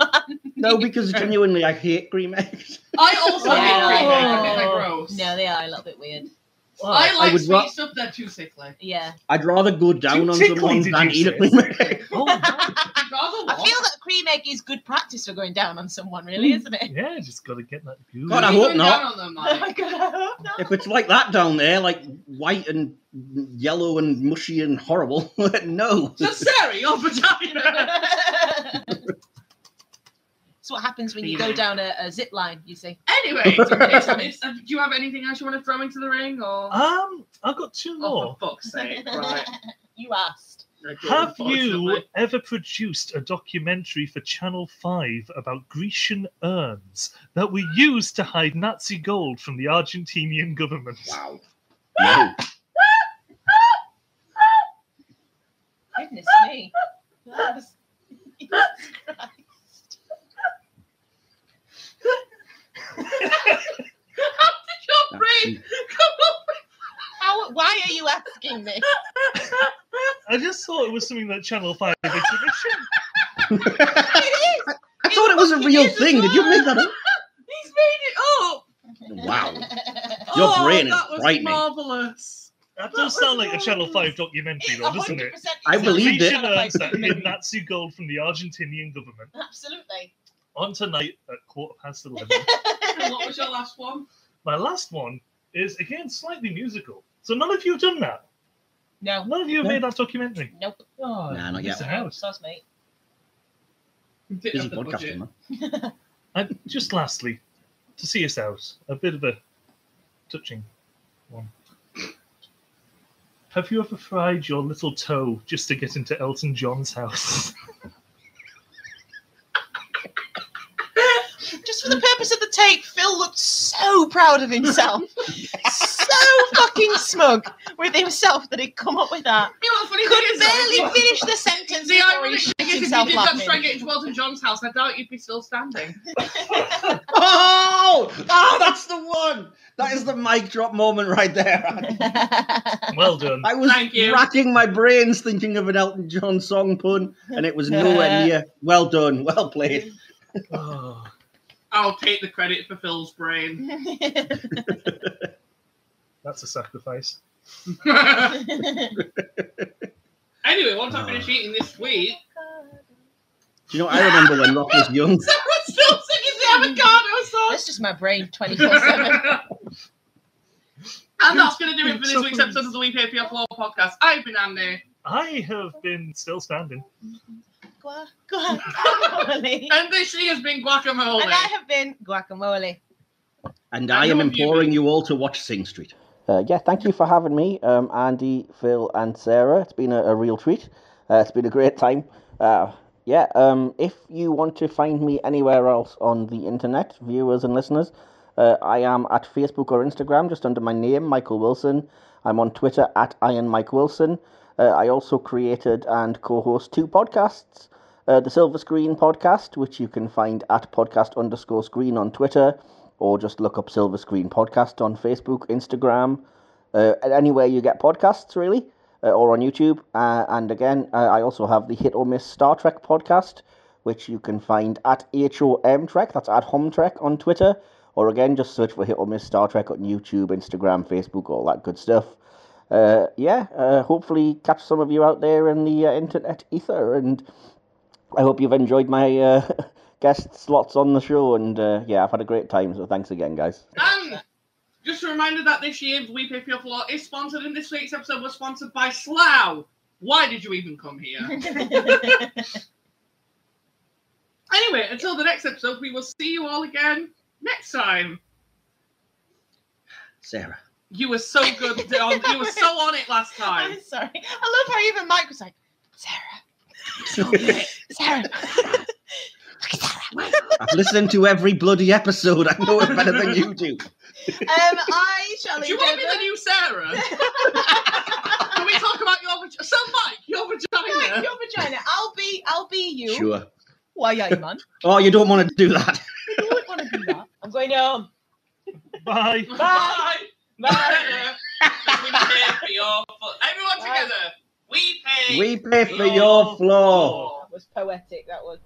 S5: no, because genuinely, I hate cream eggs.
S2: I also hate
S4: Oh.
S2: cream eggs. I think they're gross.
S4: No, they are a little bit weird.
S2: I like
S5: would
S2: sweet
S5: ra-
S2: stuff. They're too sickly.
S4: Yeah.
S5: I'd rather go down on
S3: tickly,
S5: someone
S3: did
S5: than
S3: you
S5: eat a
S3: say?
S5: cream egg.
S3: Oh,
S2: I'd rather
S4: I
S2: watch.
S4: feel that cream egg is good practice for going down on someone,
S3: Hmm.
S4: really, isn't it?
S3: Yeah, just gotta get that view.
S5: God, I
S2: You're
S5: hope
S2: going
S5: not.
S2: down on them,
S4: Oh
S2: Mike.
S4: my god, I hope not.
S5: If it's like that down there, like white and yellow and mushy and horrible, no.
S2: Just Sari or vagina.
S4: That's what happens when you go down a, a zip line, you see.
S2: anyway, to be honest, uh, do you have anything else you want to throw into the ring or?
S3: Um, I've got two
S2: oh,
S3: more.
S2: for fuck's sake! Right.
S4: You asked.
S2: I do,
S3: Have you
S2: unfortunately.
S3: ever produced a documentary for Channel 5 about Grecian urns that were used to hide Nazi gold from the Argentinian government?
S5: Wow. No.
S4: Goodness me. That was- Jesus Christ.
S2: How did your brain
S5: That's-
S2: come
S4: How, why are you asking me?
S2: up?
S3: I just thought it was something that Channel 5 exhibition.
S4: It is.
S5: I thought it was a real thing. Did you make that up?
S2: He's made it up.
S5: Wow. Your
S2: oh,
S5: brain is
S2: that was
S5: frightening.
S2: Marvelous.
S3: That does sound like a Channel 5 documentary, though, doesn't it?
S4: 100% is
S5: I
S4: a
S5: believed it.
S3: Grecian
S4: Channel Five
S3: urns that hid
S4: documentary.
S3: Nazi gold from the Argentinian government.
S4: Absolutely.
S3: On tonight at quarter past 11.
S2: And what was your last one?
S3: My last one is, again, slightly musical. So none of you have done that.
S4: no.
S3: None of you have
S5: No.
S3: made that documentary.
S4: Nope.
S3: Oh,
S5: Nah, not
S3: miss
S5: yet.
S3: the house.
S4: Sauce, mate.
S2: Didn't
S5: Busy
S2: have the budget.
S5: podcasting, man.
S3: And just lastly, to see us out, a bit of a touching one. Have you ever fried your little toe just to get into Elton John's house?
S4: Just for the purpose of the take, Phil looked so proud of himself. so fucking smug with himself that he'd come up with that.
S2: You know what the funny thing
S4: Could
S2: is, though?
S4: barely finish the sentence
S2: The
S4: before he
S2: ironic
S4: shit
S2: thing is, if you did
S4: himself
S2: that to
S4: laughing.
S2: try and get into Elton John's house, I doubt you'd be still standing.
S5: Oh, ah, that's the one. That is the mic drop moment right there.
S3: Well done.
S5: I was
S2: Thank you.
S5: racking my brains thinking of an Elton John song pun, and it was nowhere near. Well done. Well played.
S3: Oh,
S2: I'll take the credit for Phil's brain.
S3: that's a sacrifice.
S2: anyway, once I finish
S5: Oh.
S2: eating this sweet,
S5: Do you know, I remember when Rock was young.
S2: Sarah's still singing the avocado song.
S4: That's just my brain 24 7.
S2: and that's going to do it for this
S3: So
S2: week's
S3: funny.
S2: episode of the We Pay for Your Floor podcast. I've been Andy.
S3: I have been still standing.
S4: Guacamole.
S2: And this year has been guacamole.
S4: And I have been guacamole.
S5: And
S2: I
S5: I am
S2: know you-
S5: imploring you all to watch Sing Street. Uh, yeah, thank you for having me, um, Andy, Phil, and Sarah. It's been a, a real treat. Uh, it's been a great time. Uh, yeah, um, if you want to find me anywhere else on the internet, viewers and listeners, uh, I am at Facebook or Instagram, just under my name, Michael Wilson. I'm on Twitter at Iron Mike Wilson. Uh, I also created and co-host two podcasts: uh, the Silver Screen podcast, which you can find at podcast underscore screen on Twitter, or just look up Silver Screen podcast on Facebook, Instagram, uh, anywhere you get podcasts, really, uh, or on YouTube. Uh, and again, uh, I also have the Hit or Miss Star Trek podcast, which you can find at HOM Trek, that's at Hom Trek on Twitter, or again, just search for Hit or Miss Star Trek on YouTube, Instagram, Facebook, all that good stuff. Uh, yeah, uh, hopefully catch some of you out there in the uh, internet ether, and I hope you've enjoyed my uh, guest slots on the show. And uh, yeah, I've had a great time, so thanks again, guys.
S2: And just a reminder that this year We Pay for Your Floor is sponsored, and this week's episode was sponsored by Slough. Why did you even come here? Anyway, until the next episode, we will see you all again next time.
S5: Sarah.
S2: You were so good. on, you were so on it last time.
S4: I'm sorry. I love how even Mike was like, Sarah. Sarah. Look at Sarah.
S5: I've listened to every bloody episode. I know it better than you do.
S4: Um, I shall
S2: Do you want to be the
S4: endeavour-
S2: new Sarah? Can we talk about your vagina? So, Mike, your
S4: Mike,
S2: vagina.
S4: your vagina. I'll be I'll be you.
S5: Sure.
S4: Why are you man?
S5: Oh, you don't want to do that.
S4: You wouldn't want to do that. I'm going um, home.
S3: Bye.
S4: Bye.
S2: Sarah, we pay for your fo- Everyone together. We pay.
S5: We pay for your floor.
S4: That was poetic. That was.